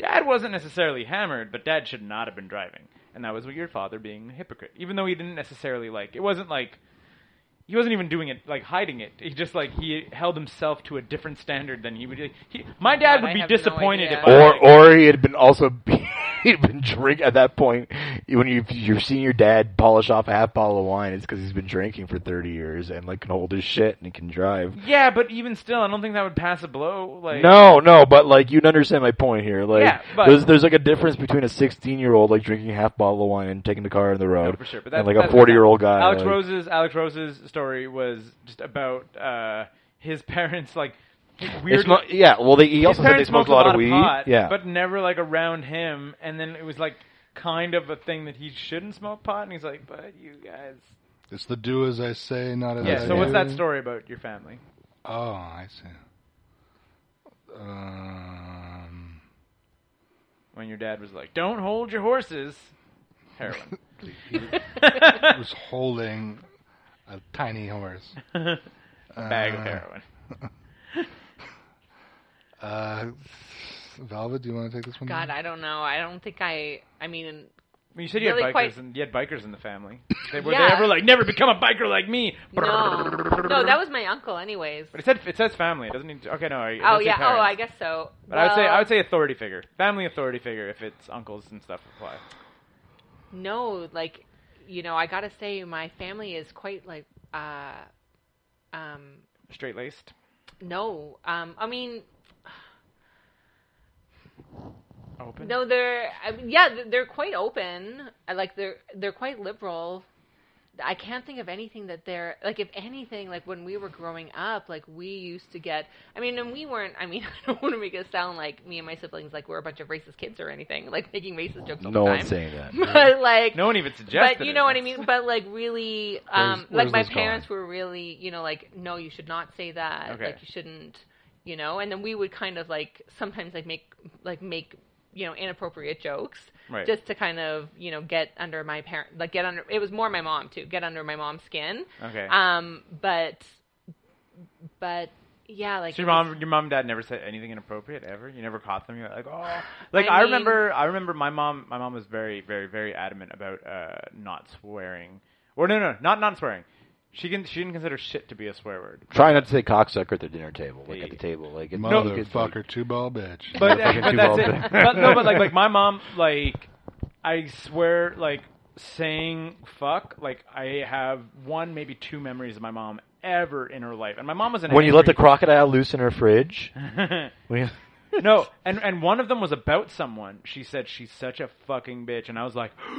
dad wasn't necessarily hammered, but dad should not have been driving. And that was your father being a hypocrite. Even though he didn't necessarily like it wasn't like he wasn't even doing it like hiding it. He just like he held himself to a different standard than he would. He, my dad God, would I be have no disappointed idea. if I or like, or he had been also he'd been drink at that point when you you're seeing your dad polish off a half bottle of wine it's because he's been drinking for 30 years and like can hold his shit and can drive yeah, but even still, I don't think that would pass a blow. Like no no but like you'd understand my point here like Yeah, but- there's there's like a difference between a 16 year old like drinking a half bottle of wine and taking the car on the road No, for sure. But that's and like a that's- 40 year old guy Alex like- Rose's Alex Rose's story was just about uh, his parents like They weird. smo- yeah well they, he his also said they parents smoked smoked a lot of weed pot, yeah but never like around him. And then it was like kind of a thing that he shouldn't smoke pot, and he's like, "But you guys." It's the do as I say, not as I Yeah. do. So what's that story about your family? Oh, I see. Um, When your dad was like, "Don't hold your horses." Heroin. I was holding a tiny horse. Bag of heroin. Uh, Velvet, do you want to take this one? God, I don't know. I don't think I. I mean, Well, you said you Really had bikers, quite- and you had bikers in the family. They were Yeah. they ever like never become a biker like me. no, no. That was my uncle, anyways. But it said it says family. It doesn't need. To, okay, no. It Oh does say yeah. Oh, parents. I guess so. But I would say Well, I would say authority figure, family authority figure, if it's uncles and stuff apply. no. Like, you know, I gotta say, my family is quite like, uh, um, Straight laced. no. Um, I mean, Open. No, they're I mean, yeah, th- they're quite open. I Like they're they're quite liberal. I can't think of anything that they're like. If anything, like when we were growing up, like we used to get. I mean, and we weren't. I mean, I don't want to make it sound like me and my siblings like we're a bunch of racist kids or anything. Like making racist jokes all no the one's time. saying that but like No one even suggested. but you it. know what I That's- mean. But like, really, um, where's like my this going? parents were really, you know, like, no, you should not say that. Okay. Like, you shouldn't, you know. And then we would kind of like sometimes like make like make you know inappropriate jokes Right. just to kind of you know get under my parent like get under. It was more my mom too. Get under my mom's skin. Okay. Um, but but yeah, like So your it was- mom, your mom and dad never said anything inappropriate ever. You never caught them. You're like, oh, like I I, mean- remember. I remember my mom. My mom was very, very, very adamant about uh, not swearing. Or no, no, not not swearing. She can. She didn't consider shit to be a swear word. try not to say cocksucker at the dinner table like Hey. at the table like it's Motherfucker, two ball bitch. but, Fucking but two that's balls it. there. But no, but like like my mom, like I swear, like saying fuck, like I have one maybe two memories of my mom ever in her life, and my mom was an when you let the angry- crocodile loose in her fridge when When you- no, and and one of them was about someone. She said she's such a fucking bitch, and I was like,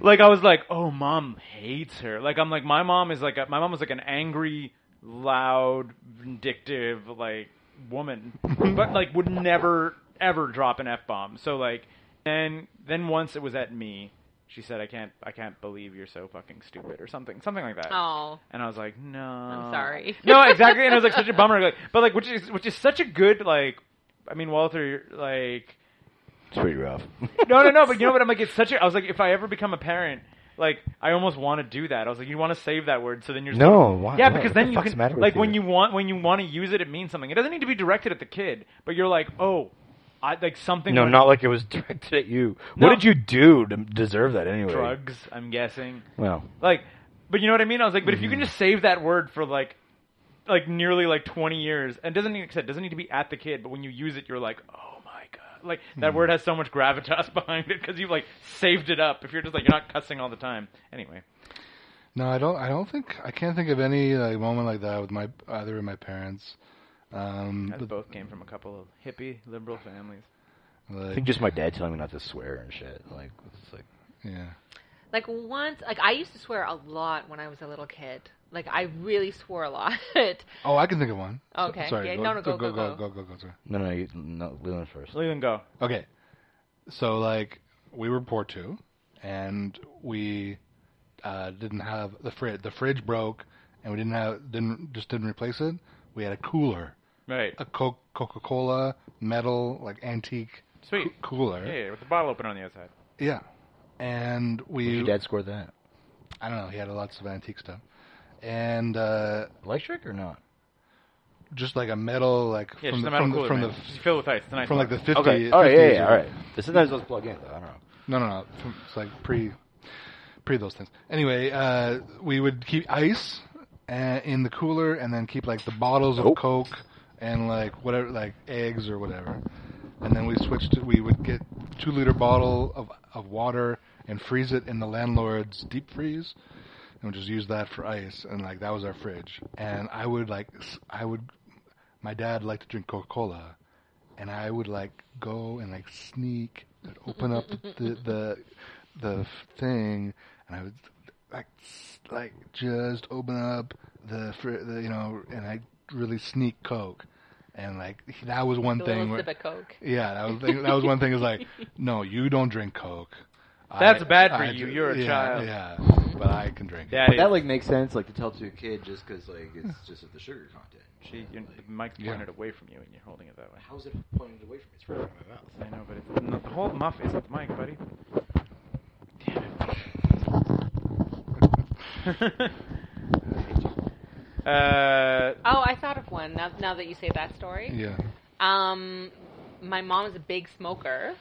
like I was like, oh, mom hates her. Like I'm like, my mom is like, a, my mom was like an angry, loud, vindictive like woman, but like would never ever drop an f bomb. So like, and then once it was at me. She said, "I can't, I can't believe you're so fucking stupid," or something, something like that. Oh, And I was like, no. I'm sorry. no, exactly. And it was like such a bummer. Like, but like, which is which is such a good like. I mean, Walter, like, It's pretty rough. no, no, no. But you know what? I'm like, it's such a. I was like, if I ever become a parent, like, I almost want to do that. I was like, you want to save that word, so then you're just like- No, why? yeah, why? because What the then you fuck's the can matter with like when you want when you want to use it, it means something. It doesn't need to be directed at the kid, but you're like, oh, I like something. No, went not like it was directed at you. No. What did you do to deserve that anyway? drugs. I'm guessing. Well, Like, but you know what I mean? I was like, but if Mm-hmm. you can just save that word for like, like nearly like twenty years, and doesn't need, like I said, doesn't need to be at the kid, but when you use it, you're like, oh my god, like Mm-hmm. that word has so much gravitas behind it because you like saved it up. If you're just like you're not cussing all the time, anyway. No, I don't. I don't think I can't think of any like moment like that with my either of my parents. Um, That both came from a couple of hippie liberal families. I like, think just my dad telling me not to swear and shit. Like, it's like yeah. like once, like I used to swear a lot when I was a little kid. Like I really swore a lot. Oh, I can think of one. So- Okay. Sorry. Yeah, no, no, go, go, go, go, go, go, go, sorry. no, no, you, no, Leland first. Leland, go. Okay. So like we were poor too, and we uh, didn't have the fridge. The fridge broke, and we didn't have didn't just didn't replace it. We had a cooler, Right. a Coke Coca Cola metal like antique Sweet. coo- cooler. Yeah, yeah, with the bottle open on the outside. Yeah. And we Your dad scored that I don't know. He had lots of antique stuff, and uh, electric or not? just like a metal like Yeah, from just the a metal from, cooler, the, from man. the Just fill it with ice. It's a nice from like the one. 50, Okay, all right, yeah, 50s yeah, or- all right. This sometimes those plug in though. I don't know. No, no, no. From- It's like pre, pre those things. Anyway, uh, we would keep ice uh, in the cooler, and then keep like the bottles of Oh. Coke and like whatever, like eggs or whatever. And then we switched. To, we would get two liter bottle of of water and freeze it in the landlord's deep freeze, and we just use that for ice. And like that was our fridge. And I would like s- I would. My dad liked to drink Coca Cola and I would like go and like sneak, I'd open up the the the thing, and I would like s- like just open up the, fr- the you know, and I really sneak coke, and like that was one The thing. little Where, sip of Coke. yeah, that was that was one thing. Is like, no, you don't drink coke. That's bad for you. do- You're a yeah, child. Yeah, but I can drink. it. Daddy. But that like makes sense, like to tell to a kid just because like it's just of the sugar content. She, your, the mic's Yeah. pointed away from you, and you're holding it that way. How's it pointed away from me? It's right out of my mouth. I know, but it's not the whole muff is with Mike, buddy. Damn it. uh, Oh, I thought of one now, now that you say that story. Yeah. Um, my mom is a big smoker,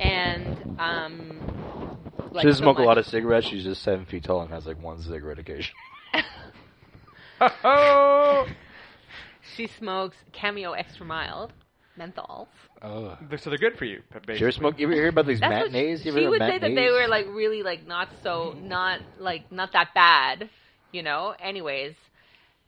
and um, like she so doesn't smoke much- a lot of cigarettes. She's just seven feet tall and has like one cigarette occasion. oh, She smokes Cameo Extra Mild menthols. Oh. They're- so they're good for you. but You ever Basically. smoke? You ever hear about these That's what matinees? she, you ever she heard would of say that they matinees? were like really like not so not like not that bad, you know. Anyways.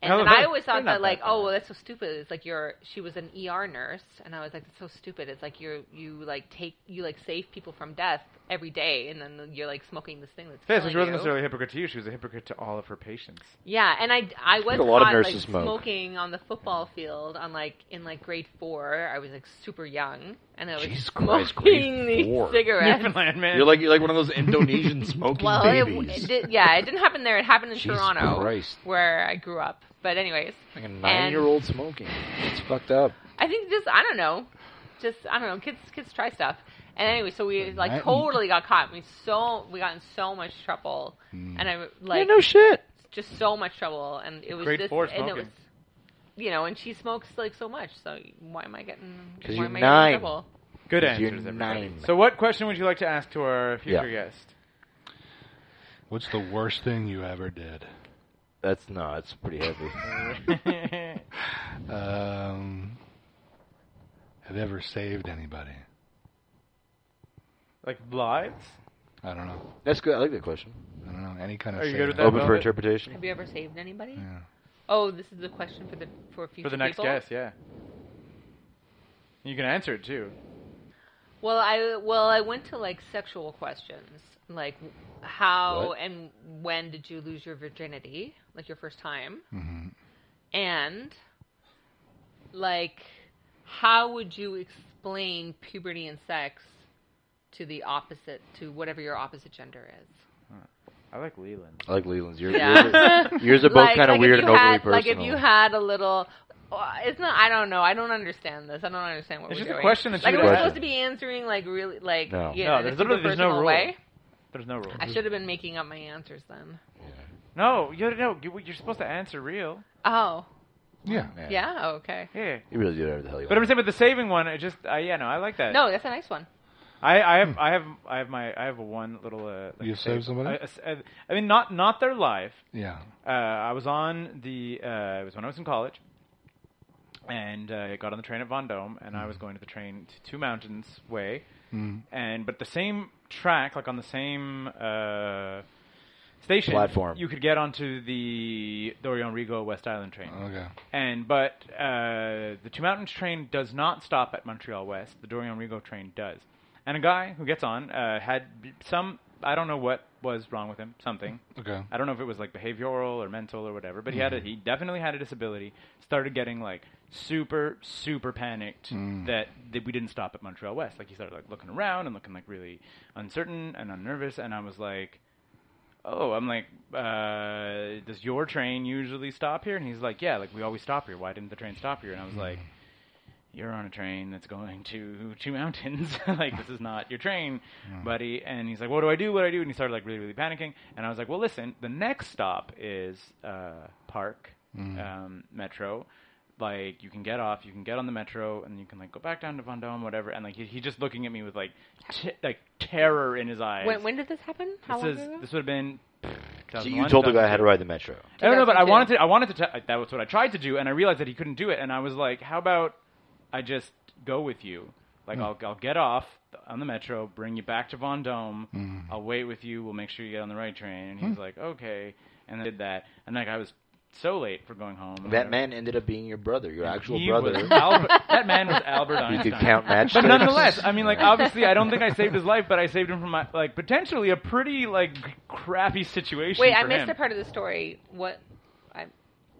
And, No, then they're- I always they're thought not that, like, that oh, bad. well, that's so stupid. It's like you're. She was an ER nurse, and I was like, that's so stupid. It's like you're, you like take, you like save people from death every day, and then you're like smoking this thing that's. Yeah, so killing she wasn't you. necessarily a hypocrite to you. She was a hypocrite to all of her patients. Yeah, and I I was a lot of caught, nurses like, smoke. smoking on the football field on like in like grade four. I was like super young, and I was Jesus Christ, grade smoking these four. cigarettes. Newfoundland man. You're like you're like one of those Indonesian smoking well, it, babies. it did, yeah, it didn't happen there. It happened in Jesus Toronto, Christ. where I grew up. But anyways, like a and- nine-year-old smoking. It's fucked up. I think just I don't know, just I don't know. Kids kids try stuff. And anyway, so we like Right. totally got caught. We so we got in so much trouble, and I like Mm. yeah, no shit. just so much trouble, and it was Grade just, four and it smoking. was, you know, and she smokes like so much, so why am I getting? 'Cause why you're am I nine. getting in trouble? good You're answers. everybody. nine. So, what question would you like to ask to our future guest? What's the worst thing you ever did? That's no. It's pretty heavy. Um, have you ever saved anybody? like lives? I don't know. That's good. I like that question. I don't know any kind of. Are you good with saving. that? Open for Velvet? interpretation. Have you ever saved anybody? Yeah. Oh, this is the question for the for future For the next people? guest, yeah. You can answer it too. Well, I well I went to like sexual questions, like how What? and when did you lose your virginity, like your first time, Mm-hmm. and like how would you explain puberty and sex to the opposite to whatever your opposite gender is? I like Leland. I like Leland's. Yours, Yeah. yours, yours are both Like- kind like of if weird you and overly had- personal. Like if you had a little. well, It's not. I don't know. I don't understand this. I don't understand what It's we're just a doing. question that like you are we would supposed ask. to be answering like really like No. yeah, No, in a there's literally- super there's no personal rule. way? There's no rule. I should have been making up my answers then. No, you no, you, you're supposed to answer real. Oh Yeah. yeah, oh, okay. Yeah. you really do whatever the hell you But I'm want. saying, but the saving one, it just, uh, yeah, no, I like that. No, that's a nice one. I, I have, I have, I have my, I have one little. Uh, like You saved somebody? I- I s- I- I mean, not, not their life. Yeah. Uh, I was on the, uh, it was when I was in college, and uh, I got on the train at Vendome, and I was Mm. going to the train to Two Mountains Way, and but the same track, like on the same uh, station Platform. you could get onto the Dorian Rigo West Island train. Okay. And but uh, the Two Mountains train does not stop at Montreal West. The Dorian Rigo train does. And a guy who gets on uh, had b- some I don't know what was wrong with him, something. Okay. I don't know if it was like behavioral or mental or whatever, but he had a, he definitely had a disability. Started getting like super super panicked that, that we didn't stop at Montreal West. Like he started like looking around and looking like really uncertain and unnervous. And I was like, oh, I'm like, uh, does your train usually stop here? And he's like, yeah, like we always stop here. Why didn't the train stop here? And I was like, you're on a train that's going to two mountains. like this is not your train, buddy. And he's like, what do I do? What do I do? And he started like really, really panicking. And I was like, well, listen, the next stop is uh, Park um, Metro. Like you can get off, you can get on the metro, and you can like go back down to Vendome, whatever. And like he, he just looking at me with like t- like terror in his eyes. When, when did this happen? How This long is ago? this would have been. So you told the guy how to ride the metro. I don't know, but I 2002. wanted to. I wanted to. T- that was what I tried to do, and I realized that he couldn't do it. And I was like, "How about I just go with you? Like, Hmm. I'll I'll get off on the metro, bring you back to Vendome. Hmm. I'll wait with you. We'll make sure you get on the right train." And he's like, "Okay," and I did that. And like, I was so late for going home. That man ended up being your brother, your actual He was brother. Albert, that man was Albert You Einstein. could count match. But nonetheless, I mean, like, obviously, I don't think I saved his life, but I saved him from my, like potentially a pretty like crappy situation. Wait, I for missed him. a part of the story. What? I,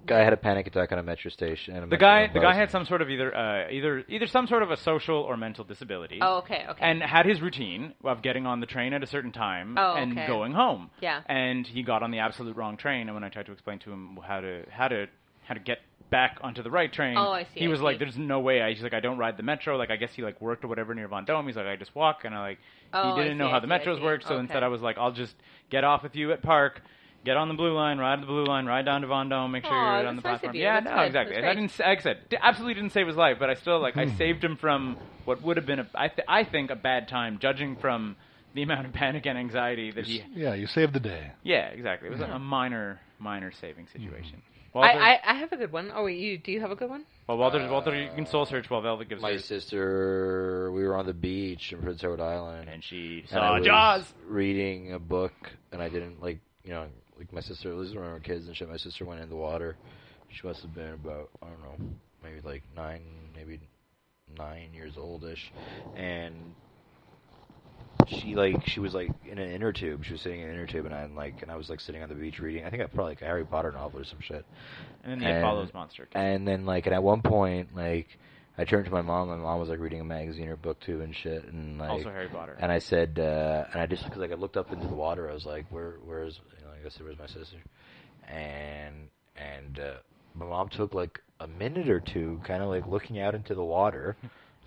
guy had a panic attack on a metro station. And a The metro guy, bus. the guy had some sort of either, uh, either, either some sort of a social or mental disability, oh, okay, okay. and had his routine of getting on the train at a certain time Oh, and okay. going home. Yeah. and he got on the absolute wrong train. And when I tried to explain to him how to, how to, how to get back onto the right train, Oh, I see, he I was like, see. "There's no way." I, he's like, "I don't ride the metro." Like, I guess he like worked or whatever near Vendome. He's like, "I just walk," and I like, Oh, I he didn't see, know I how the see, I metros see. worked. So Okay. instead, I was like, "I'll just get off with you at Park." Get on the blue line, ride the blue line, ride down to Vendome, make sure Aw, you're on that's the nice of platform. you. Yeah, That's no, good. exactly. That's And I great. didn't like I said, d- absolutely didn't save his life, but I still like Hmm. I saved him from what would have been a I, th- I think a bad time, judging from the amount of panic and anxiety that he. Yeah, you saved the day. Yeah, exactly. It was a minor, minor saving Hmm. situation. I, Walter, I, I have a good one. Oh wait, you do you have a good one? well, Walter, Walter, you can soul search while Velvet gives My hers. sister, we were on the beach in Prince Edward Island. And she and I saw was Jaws. reading a book, and I didn't like, you know, like my sister. This is when we were kids and shit. My sister went in the water. She must have been about I don't know, maybe like nine, maybe nine years oldish, and she like she was like in an inner tube. She was sitting in an inner tube, and I like and I was like sitting on the beach reading. I think I probably like a Harry Potter novel or some shit. And then the It and- Follows monster. came. And then like, and at one point, like, I turned to my mom. My mom was like reading a magazine or book too and shit. And like, Also Harry Potter. And I said, uh, and I just because like I looked up into the water, I was like, where, where's, you know, like I said, where's my sister? And and uh, my mom took like a minute or two, kind of like looking out into the water,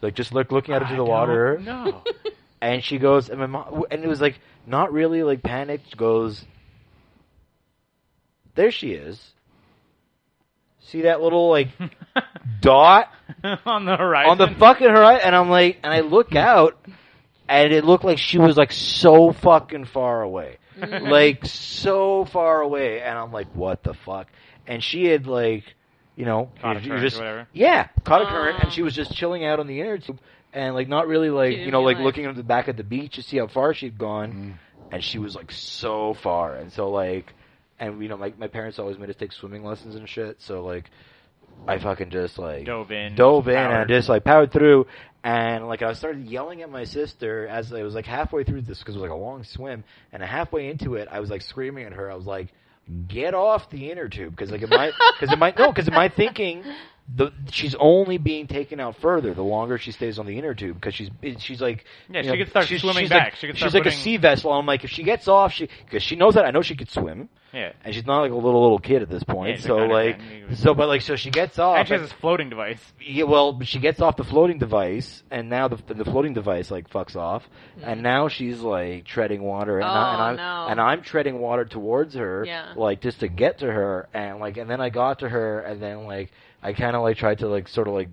like just look looking out into the water. No. And she goes, and my mom, and it was like not really like panicked. she Goes, there she is. See that little like dot on the horizon. on the fucking horizon, and I'm like, and I look out, and it looked like she was like so fucking far away, Mm. like so far away, and I'm like, what the fuck? And she had like, you know, Caught a you current just or whatever. yeah, caught a current, Oh. and she was just chilling out on the inner tube, and like not really like She you know didn't like realize. looking at the back of the beach to see how far she'd gone, Mm. and she was like so far, and so like, and you know, like my parents always made us take swimming lessons and shit, so like I fucking just like Dove in. dove in and I powered. just like powered through and like I started yelling at my sister as I was like halfway through this because it was like a long swim and halfway into it I was like screaming at her I was like get off the inner tube because like in my because in my no because in my thinking the she's only being taken out further the longer she stays on the inner tube because she's she's like Yeah, you she know, could start she's- swimming she's back. like, She could she's start like a putting- sea vessel I'm like if she gets off she because she knows that I know she could swim Yeah. and she's not like a little little kid at this point Yeah, she's so like like underground. so but like so she gets off And she and- has this floating device. yeah, well, she gets off the floating device, and now the the floating device like fucks off, and now she's like treading water, and, I, and Oh, I'm no. and I'm treading water towards her, Yeah. like just to get to her, and like and then I got to her, and then like I kind of like tried to like sort of like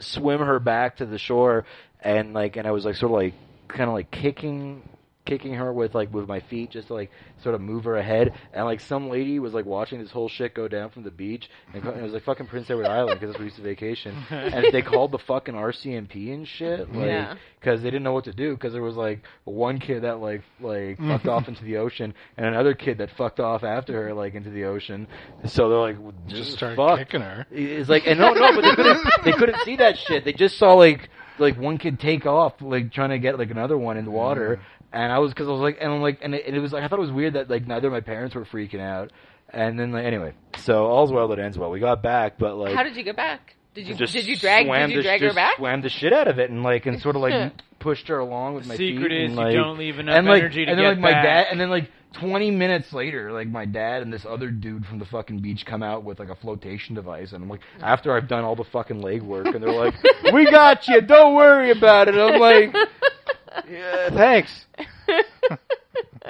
swim her back to the shore, and like and I was like sort of like kind of like kicking kicking her with like with my feet just to like sort of move her ahead and like some lady was like watching this whole shit go down from the beach and co- and it was like fucking Prince Edward Island because that's where we used to vacation and they called the fucking RCMP and shit like Yeah. because they didn't know what to do because there was like one kid that like like fucked off into the ocean and another kid that fucked off after her like into the ocean so they're like Just "This start fuck. kicking her. It's like, and no, no, but they couldn't, they couldn't see that shit. They just saw like, like one kid take off, like trying to get like another one in the Mm-hmm. water. And I was, cause I was like, and I'm like, and it, and it was like, I thought it was weird that like neither of my parents were freaking out. And then like, anyway, so all's well that ends well. We got back, but like, How did you get back? Did you just did you drag swam did you the- drag her just back? Swam the shit out of it and like, and sort of like pushed her along with my feet Secret and, is like- you don't leave enough and like, energy to and get then like my back. dad, and then like twenty minutes later, like my dad and this other dude from the fucking beach come out with like a flotation device, and I'm like, after I've done all the fucking legwork, and they're like, "We got you, don't worry about it." I'm like, yeah, "Thanks."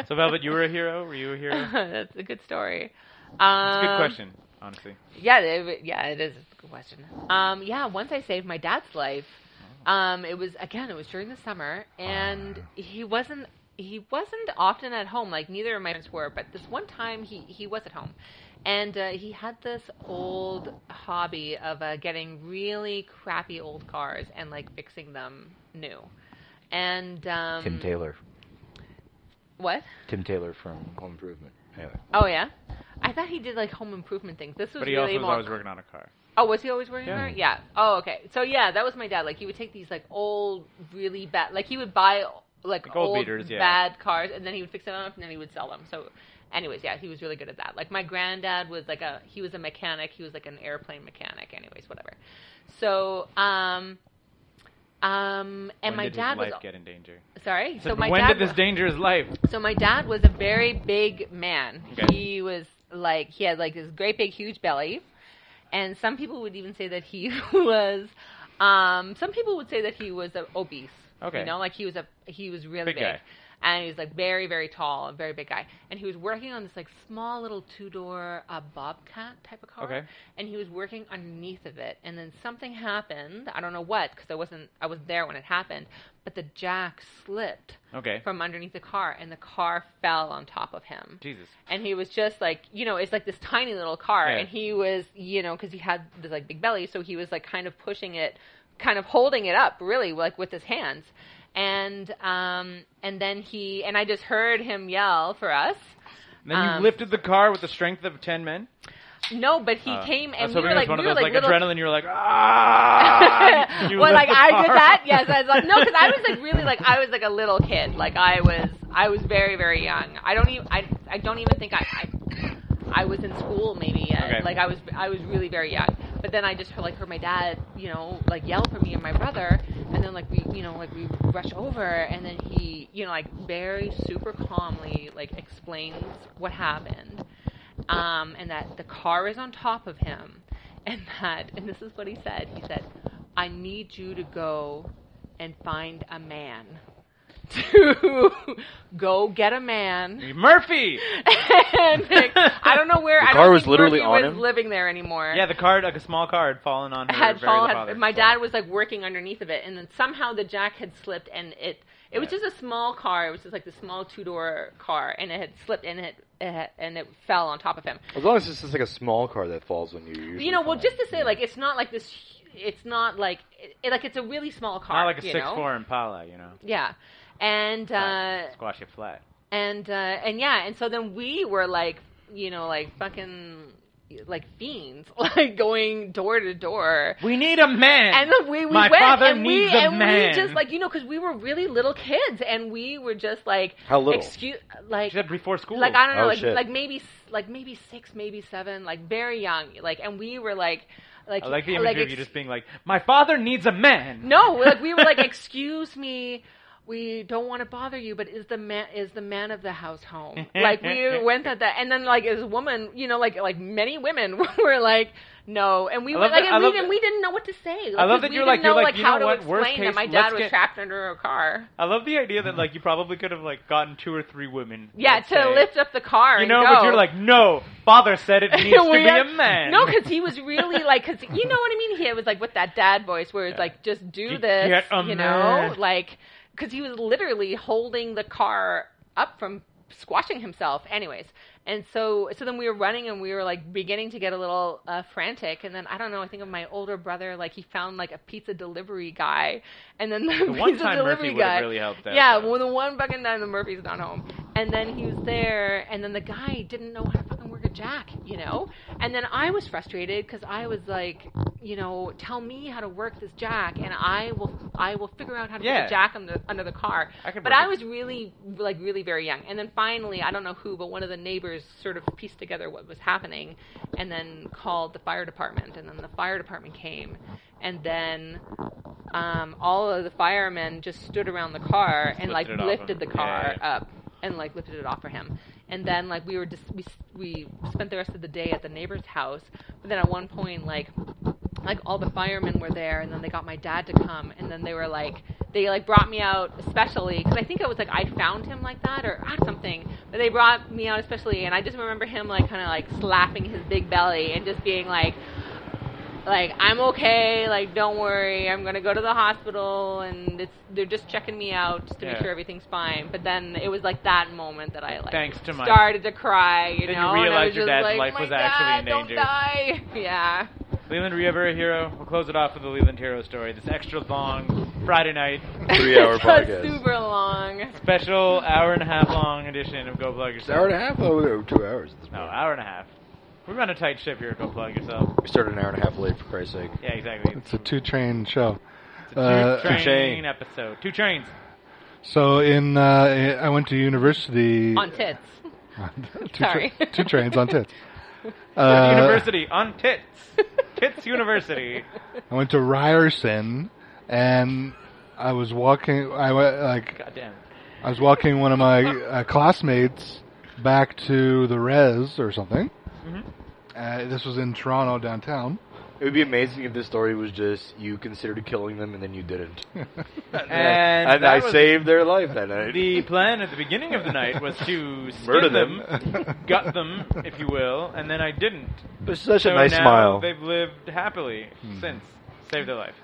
So, Velvet, you were a hero. Were you a hero? It's That's a good story. Um, a good question, honestly. Yeah, it, yeah, it is a good question. Um, yeah, once I saved my dad's life. Um, it was again, it was during the summer, and he wasn't he wasn't often at home. Like neither of my parents were, but this one time he he was at home, and uh, he had this old hobby of uh, getting really crappy old cars and like fixing them new. And um, Tim Taylor, what? Tim Taylor from Home Improvement. Anyway, Oh yeah, I thought he did like home improvement things. This was But he really also was more always working on a car. Oh, was he always wearing Yeah. her? Yeah. Oh, okay. So yeah, that was my dad. Like he would take these like old, really bad. Like he would buy like, Like old beaters, yeah. bad cars, and then he would fix them up, and then he would sell them. So, anyways, yeah, he was really good at that. Like my granddad was like a he was a mechanic. He was like an airplane mechanic. Anyways, whatever. So, um, um, and when my did dad his was life get in danger? sorry. So, So my when dad did this wa- danger his life? so my dad was a very big man. Okay. He was like he had like this great big huge belly, and some people would even say that he was. Um, some people would say that he was uh, obese. Okay. you know, like he was a he was really Big big, guy. and he was like very very tall, a very big guy, and he was working on this like small little two door uh, bobcat type of car Okay. and he was working underneath of it and then something happened i don't know what because i wasn't i was there when it happened but the jack slipped Okay. from underneath the car and the car fell on top of him Jesus. and he was just like you know it's like this tiny little car Yeah. and he was you know because he had this like big belly so he was like kind of pushing it kind of holding it up really like with his hands and um and then he and i just heard him yell for us And then you Um, lifted the car with the strength of ten men. no but he Uh, came I and was we hoping were it was like one we of were those like, little adrenaline. You were like ah. You well, like lift the I did car. that. Yes, I was like, no, because I was like really like I was like a little kid. Like I was, I was very, very young. I don't even, I, I don't even think I, I, I was in school maybe yet. Okay. Like I was, I was really very young. But then I just heard like heard my dad, you know, like yell for me and my brother, and then like we, you know, like we rush over, and then he, you know, like very super calmly like explains what happened, um, and that the car is on top of him, and that, and this is what he said. He said, "I need you to go and find a man." To go get a man Murphy. and like, I don't know where I car don't was think literally Murphy on was him? living there anymore. Yeah, the car, like a small car, had fallen on her. had very fallen. father. Had, my dad was like working underneath of it, and then somehow the jack had slipped, and it it was Yeah. just a small car. It was just like the small two door car, and it had slipped, and it, it had, and it fell on top of him. as long as it's just like a small car that falls on you, you're usually you know, well, fine. just to Mm. say, like it's not like this. hu- It's not like it, like it's a really small car. Not like a you six know? four Impala, you know. Yeah, and uh, Squash it flat. and uh, and yeah, and so then we were like, you know, like fucking like fiends, like going door to door. We need a man. And then we, we My went father and needs we a and man. we just like you know because we were really little kids and we were just like How little? excuse like she said before school. like I don't know, Oh, like shit. like maybe s- like maybe six, maybe seven, like very young, like and we were like, like I like the imagery of ex- you just being like, my father needs a man. no, like we were like, excuse me, we don't want to bother you, but is the man is the man of the house home? Like we went at that, and then like as a woman, you know, like like many women were like. No, and we I were love like, that- I and, love we, and that- we didn't know what to say. Like, I love 'cause that we you're didn't like- know you're like like, you know how to what, worst explain that case, my let's dad was get- trapped under a car. I love the idea Uh-huh. that like you probably could have like gotten two or three women. Yeah, let's to say. lift up the car. and You know, go. but you're like, no. Father said it needs to We be a had- man. No, because he was really like, because you know what I mean. He was like with that dad voice, where it's like, just do You this, get a you know, man. like because he was literally holding the car up from squashing himself. Anyways, and so so then we were running and we were like beginning to get a little uh, frantic, and then I don't know. I think of my older brother, like he found like a pizza delivery guy, and then the, The one pizza time delivery Murphy would guy. have really helped out. Yeah, though. well, the one fucking time the Murphy's not home, and then he was there, and then the guy didn't know how to fucking work a jack, you know. And then I was frustrated because I was like, you know, tell me how to work this jack, and I will, I will figure out how to put Yeah. the jack under, under the car. I could but work I it. was really, like, really very young. And then finally, I don't know who, but one of the neighbors sort of pieced together what was happening, and then called the fire department, and then the fire department came, and then um, all of the firemen just stood around the car and like lifted it off lifted him. the Yeah, car yeah. up and like lifted it off for him. And then like we were just we s- we spent the rest of the day at the neighbor's house. But then at one point like like all the firemen were there and then they got my dad to come and then they were like they like brought me out especially because i think it was like i found him like that or ah, something but they brought me out especially and i just remember him like kind of like slapping his big belly and just being like like i'm okay like don't worry i'm gonna go to the hospital and it's they're just checking me out just to Yeah. make sure everything's fine but then it was like that moment that i like Thanks to my- started to cry you Then you know and I realized was your just dad's like, life "My was actually God, in don't die yeah Leland, were you ever a hero? We'll close it off with the Leland hero story. This extra long Friday night Three-hour It's a podcast. Super long. special hour and a half long edition of Go Plug It's an hour Yourself. and a half? Oh, no, two hours. At this No, point. hour and a half. We run a tight ship here. at Go Plug Yourself. We started an hour and a half late, for Christ's sake. Yeah, exactly. It's a two train show. It's a uh, two train Chain. episode. Two trains. So in uh, I went to university On tits. two, Sorry. two trains on tits. Uh, University on tits. Tits University. I went to Ryerson, and I was walking. I went like Goddamn. I was walking one of my uh, classmates back to the res or something. Uh, this was in Toronto downtown. It would be amazing if this story was just you considered killing them and then you didn't. And, and that I was- saved their life that night. The plan at the beginning of the night was to skin Murder them, them. gut them, if you will, and then I didn't. It was such so a nice now smile. They've lived happily since. Saved their life.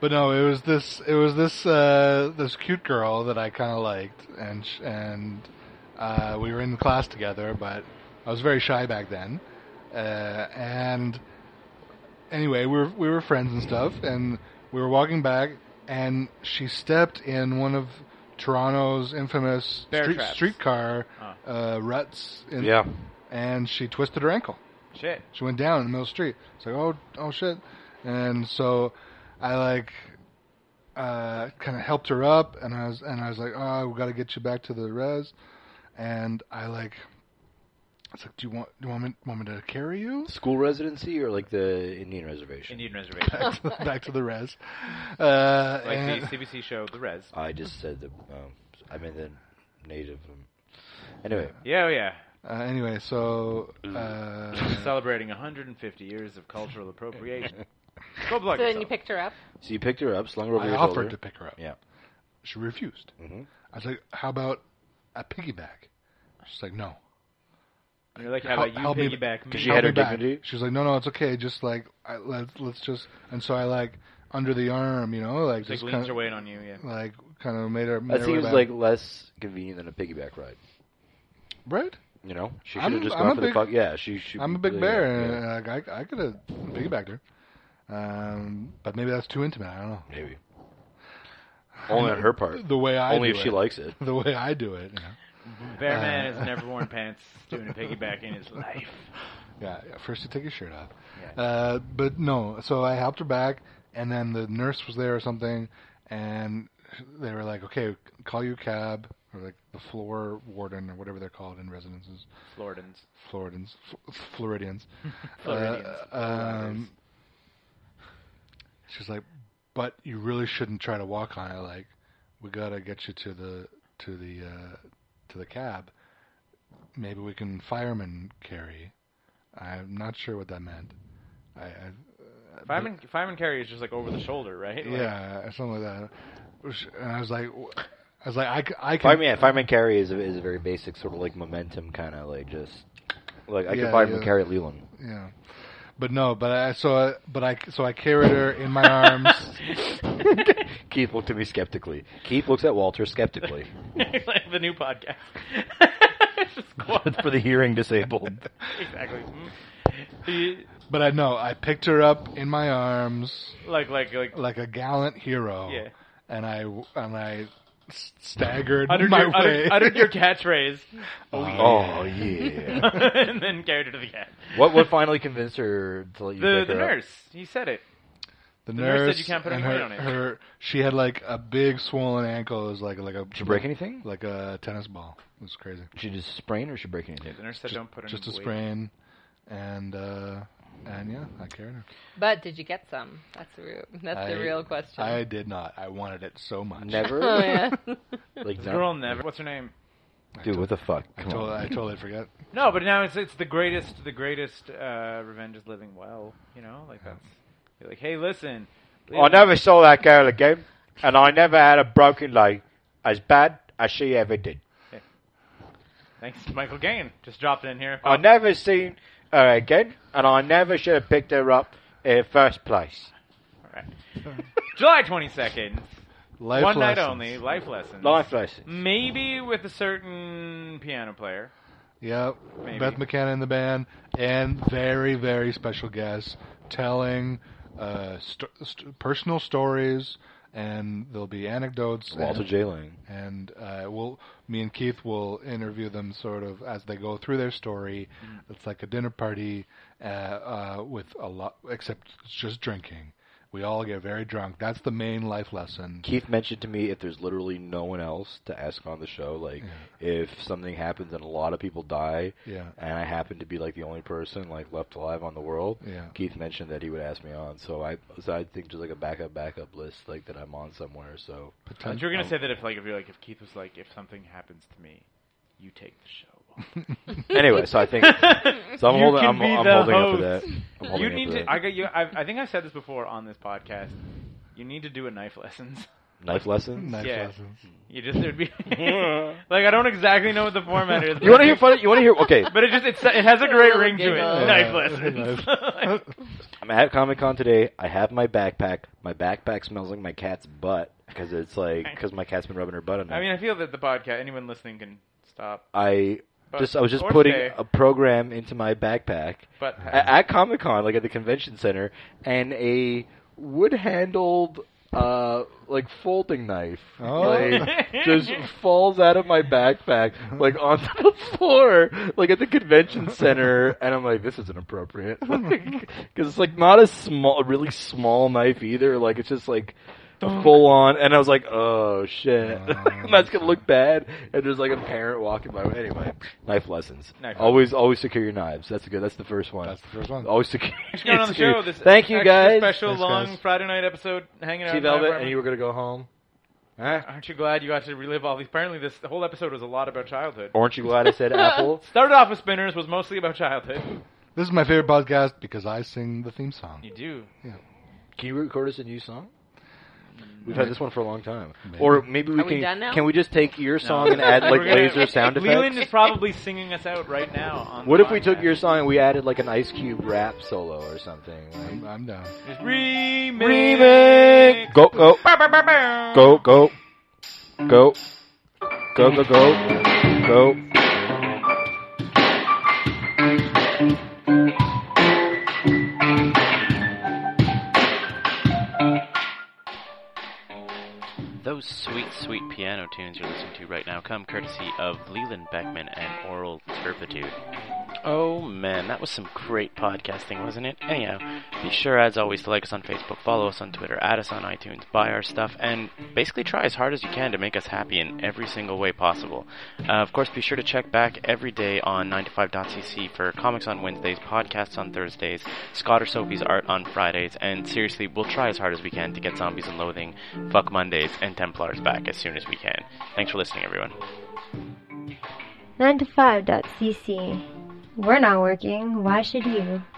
But no, it was this. It was this. Uh, this cute girl that I kind of liked, and sh- and uh, we were in class together. But I was very shy back then, uh, and anyway, we were we were friends and stuff. And we were walking back, and she stepped in one of Toronto's infamous Bear street, traps. streetcar Oh. uh, ruts. In, Yeah. and she twisted her ankle. Shit. She went down in the middle of the street. It's like, oh, oh shit. And so I like uh, kind of helped her up, and I was and I was like, oh, we got to get you back to the res. And I like, I was like, do you want do you want me, want me to carry you School residency or like the Indian reservation? Indian reservation. back to, back to the res? Uh, Like and- the CBC show The Res. I just said the. Um, I mean the native. Um, anyway, Yeah, oh yeah. uh, anyway, so uh, Celebrating 150 years of cultural appropriation. Go plug So then you yourself. picked her up. so you picked her up, slung her over I your offered shoulder. to pick her up. Yeah. She refused. Mhm. I was like, how about a piggyback? She's like, no. And You're like, how Help- about you help me- piggyback me? she Help had her me back. dignity? She was like, no, no, it's okay. Just like I, let's let's just. And so I like under the arm, you know, like Like just leans kind her of weight on you, yeah. like kind of made her. Made That her way seems back. like less convenient than a piggyback ride. right. You know, she I'm- should have just I'm gone a for big- the fuck. Yeah, she should. I'm a be- big yeah, bear, yeah. and uh, like, I I could have piggybacked her, um, but maybe that's too intimate. I don't know. Maybe. Only on her part. The way I Only do if she it. likes it. the way I do it. You know? Uh, Bear Man has never worn pants doing a piggyback in his life. Yeah, yeah, first you take your shirt off. Uh, but no, so I helped her back, and then the nurse was there or something, and they were like, "Okay, call you a cab." Or like the floor warden or whatever they're called in residences, Floridans. Floridans, F- Floridians. Floridians. Uh, um, she's like, "But you really shouldn't try to walk on it. Like, we gotta get you to the to the uh, to the cab. Maybe we can fireman carry." I'm not sure what that meant. I, I Uh, Fireman, fireman carry is just like over the shoulder, right? Like, yeah, or something like that. Which- And I was like, w- I was like, I, c- I can. Fireman, yeah, fireman carry is a, is a very basic sort of like momentum kind of like just like I Yeah, can fireman yeah. carry at Leland. Yeah. But no, but I so I, but I so I carried her in my arms. Keith looked at me skeptically. Keith looks at Walter skeptically It's like the new podcast. Just quiet. for the hearing disabled. exactly. Mm. He- But I know I picked her up in my arms like, like, like like a gallant hero. Yeah. And I w- and I s- staggered uttered my your, way. uttered, uttered your catchphrase, Oh yeah. and then carried her to the cat. what what finally convinced her to let you The pick the her up? nurse, he said it. the nurse said nurse you can't put and any her, weight on it. her she had like a big swollen ankle. It was like like a Did she break anything? like a tennis ball. It was crazy. She just sprain or she break anything? The nurse said, "Don't put her Just a in sprain, and uh, and yeah, I carried her. But did you get some? That's the real, that's I- the real question. I did not. I wanted it so much. oh Never. yeah. like The no. girl never. What's her name? Dude, what the fuck? I, Come totally, on. I totally forgot. No, but now it's it's the greatest the greatest uh, revenge is living well. You know, like that's you're like, hey, listen. Oh, I never saw that girl again, and I never had a broken leg as bad as she ever did. Thanks, to Michael Gain. Just dropped it in here. Oh, I never seen her again, and I never should have picked her up in first place. All right. July twenty second. Life One night lessons. only. Life lessons. Life lesson. Maybe with a certain piano player. Yeah, Maybe. Beth McKenna in the band, and very very special guests telling uh, st- st- personal stories, and there'll be anecdotes. Walter and, J. Lang. and uh, we'll me and Keith will interview them sort of as they go through their story. Mm. It's like a dinner party uh, uh, with a lot, except it's just drinking. We all get very drunk. That's the main life lesson. Keith mentioned to me if there's literally no one else to ask on the show, like if something happens and a lot of people die, Yeah. and I happen to be like the only person like left alive on the world, Yeah. Keith mentioned that he would ask me on. So I, so I think just like a backup, backup list, like that I'm on somewhere. So I thought you were gonna say that if like if you're like if Keith was like if something happens to me, you take the show. anyway, so I think so. I'm You holding, can I'm, be I'm the holding up for that. host. I'm holding you up need for to. that. I got you. I, I think I've said this before on this podcast. You need to do a knife lessons. knife lessons. Life yeah. lessons. You just there'd be like I don't exactly know what the format is. You want to hear funny? You want to hear? Okay, But it just it's, it has a great ring to it. Giggle. Knife Yeah. lessons. I'm at Comic Con today. I have my backpack. My backpack smells like my cat's butt because it's like because my cat's been rubbing her butt on it. I mean, I feel that the podcast anyone listening can stop. I But just I was just Lord's putting uh, Day. a program into my backpack But a- at Comic Con, like at the convention center, and a wood handled uh like folding knife Oh. like, just falls out of my backpack like onto the floor like at the convention center and i'm like this isn't appropriate because it's like not a small a really small knife either like it's just like full on and i was like oh shit Oh. that's gonna look bad. And there's like a parent walking by. Anyway, knife lessons. Knife always, always secure your knives. That's good. That's the first one. That's the first one. Always secure. Thanks for coming on the show. This Thank you extra guys. Special Thanks, long guys. Friday night episode hanging out. T in my Velvet, apartment. and you were gonna go home. Huh? Aren't you glad you got to relive all these? Apparently, this the whole episode was a lot about childhood. Aren't you glad I said apple? Started off with spinners, was mostly about childhood. This is my favorite podcast because I sing the theme song. You do. Can you record us a new song? We've had this one for a long time. Or Mm. maybe we Are we can. done now? Can we just take your song and add like We're gonna- laser sound Leland effects? is probably singing us out right now. On What the if we took podcast. your song and we added like an Ice Cube rap solo or something? Like, I'm, I'm down. Just remix? Go, go. Go, go. Go. Go, go, go. Go. Those sweet, sweet piano tunes you're listening to right now come courtesy of Leland Beckman and Oral Turpitude. Oh man, that was some great podcasting, wasn't it? Anyhow, be sure as always to like us on Facebook, follow us on Twitter, add us on iTunes, buy our stuff, and basically try as hard as you can to make us happy in every single way possible. Uh, of course, be sure to check back every day on 9to5.cc for comics on Wednesdays, podcasts on Thursdays, Scott or Sophie's art on Fridays, and seriously, we'll try as hard as we can to get Zombies and Loathing, Fuck Mondays, and Templars back as soon as we can. Thanks for listening, everyone. 9to5.cc. We're not working. Why should you?